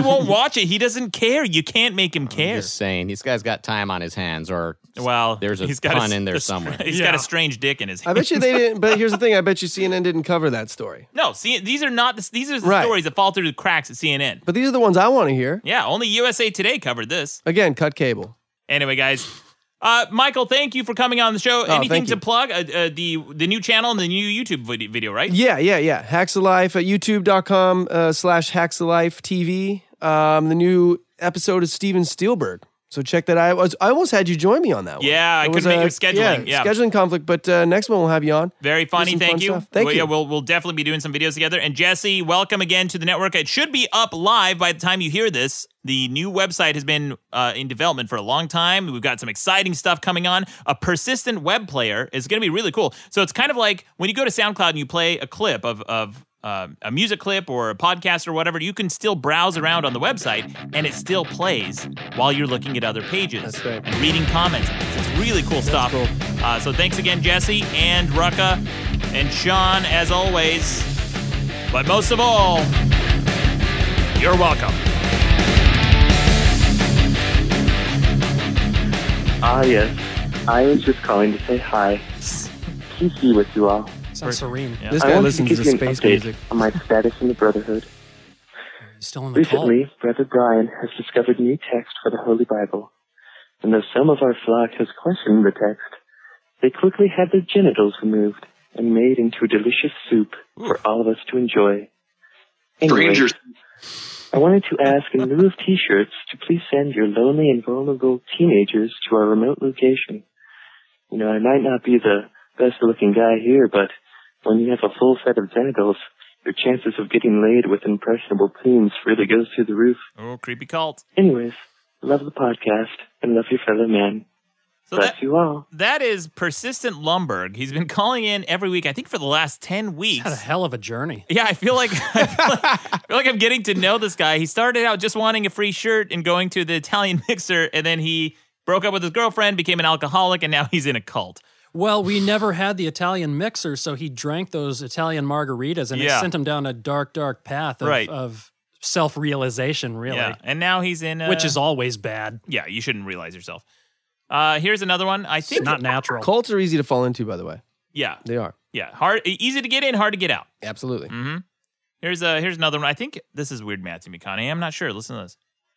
won't watch it. He doesn't care. You can't make Oh, him care. Just saying, this guy's got time on his hands, or well, there's a he's got pun a- in there a- somewhere. He's got a strange dick in his. I bet you they didn't. But here's the thing: I bet you CNN didn't cover that story. No, see, these are not the, these are the Right. stories that fall through the cracks at CNN. But these are the ones I want to hear. Yeah, only USA Today covered this. Again, cut cable. Anyway, guys, uh, Michael, thank you for coming on the show. Anything Oh, thank to you. plug? Uh, uh, the the new channel and the new YouTube vid- video, right? Yeah, yeah, yeah. Hacks of Life at youtube.com uh, slash hacks of life TV. Um, the new episode is Steven Spielberg. So check that. out. I was I almost had you join me on that one. Yeah, I It was couldn't a- make your scheduling. Yeah. scheduling conflict. But uh, next one we'll have you on. Very funny. some Thank fun you. stuff. Thank Well, you. Yeah, we'll, we'll definitely be doing some videos together. And Jesse, welcome again to the network. It should be up live by the time you hear this. The new website has been uh, in development for a long time. We've got some exciting stuff coming on. A persistent web player is going to be really cool. So it's kind of like when you go to SoundCloud and you play a clip of, of um, a music clip or a podcast or whatever, you can still browse around on the website and it still plays while you're looking at other pages and reading comments. So it's really cool stuff. Uh, so thanks again, Jesse and Rucka and Sean, as always. But most of all, you're welcome. Ah, yes. I was just calling to say hi. Peace be with you all. Sounds serene. I wanted give you an update On my status in the Brotherhood. Still in the call. Recently, Brother Brian has discovered new text for the Holy Bible. And though some of our flock has questioned the text, they quickly had their genitals removed and made into a delicious soup for all of us to enjoy. Anyway, Strangers. I wanted to ask in lieu of t-shirts to please send your lonely and vulnerable teenagers to our remote location. You know, I might not be the best looking guy here, but when you have a full set of genitals, your chances of getting laid with impressionable teens really goes through the roof. Oh, creepy cult. Anyways, love the podcast and love your fellow man. Bless you all. That is persistent Lumberg. He's been calling in every week, I think, for the last 10 weeks. Had a hell of a journey. Yeah, I feel like I feel like, I feel like I'm getting to know this guy. He started out just wanting a free shirt and going to the Italian mixer, and then he broke up with his girlfriend, became an alcoholic, and now he's in a cult. Well, we never had the Italian mixer, so he drank those Italian margaritas, and Yeah. it sent him down a dark, dark path of, Right. of self-realization, really, Yeah, and now he's in, uh, which is always bad. Yeah, you shouldn't realize yourself. Uh, here's another one. I think Cults are easy to fall into, by the way. Yeah, They are. yeah. Hard, e, easy to get in, hard to get out. Absolutely. hmm Here's uh, here's another one. I think this is weird, Matthew McConaughey. I'm not sure. Listen to this.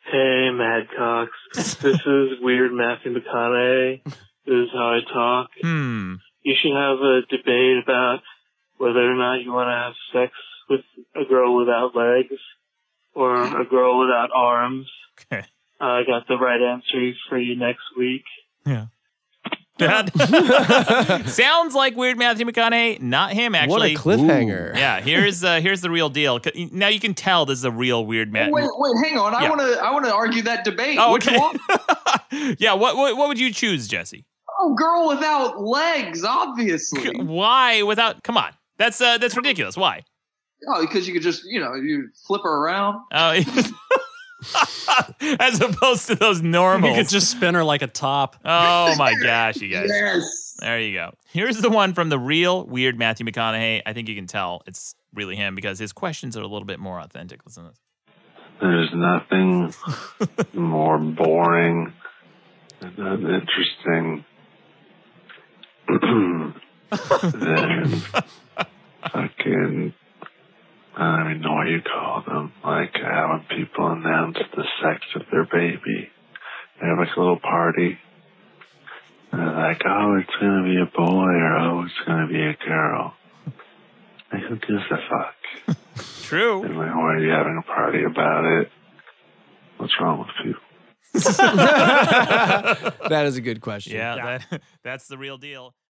Hey, Mad Cox. this is Weird Matthew McConaughey. This is how I talk. Hmm. You should have a debate about whether or not you want to have sex with a girl without legs or a girl without arms. Okay. I got the right answer for you next week. That sounds like weird Matthew McConaughey. Not him, What a actually. cliffhanger. Yeah, here's uh, here's the real deal. 'Cause Now you can tell this is a real weird man. Wait, wait, hang on. I Yeah. want to. I want to argue that debate. Oh, Which okay. one? yeah, what, what what would you choose, Jesse? Oh, girl without legs, obviously. Why without? Come on, that's uh, that's ridiculous. Why? Oh, because you could just, you know, you flip her around. Uh, as opposed to those normals, You could just spin her like a top. Oh my gosh, you guys. Yes. There you go. Here's the one from the real weird Matthew McConaughey. I think you can tell it's really him because his questions are a little bit more authentic. Listen to this. There's nothing more boring and uninteresting than fucking, I don't even know what you call them, like having people announce the sex of their baby. They have like a little party. And they're like, oh, it's gonna be a boy or oh, it's gonna be a girl. Like, who gives a fuck? True. And like, why are you having a party about it? What's wrong with you? that is a good question. Yeah, That, that's the real deal.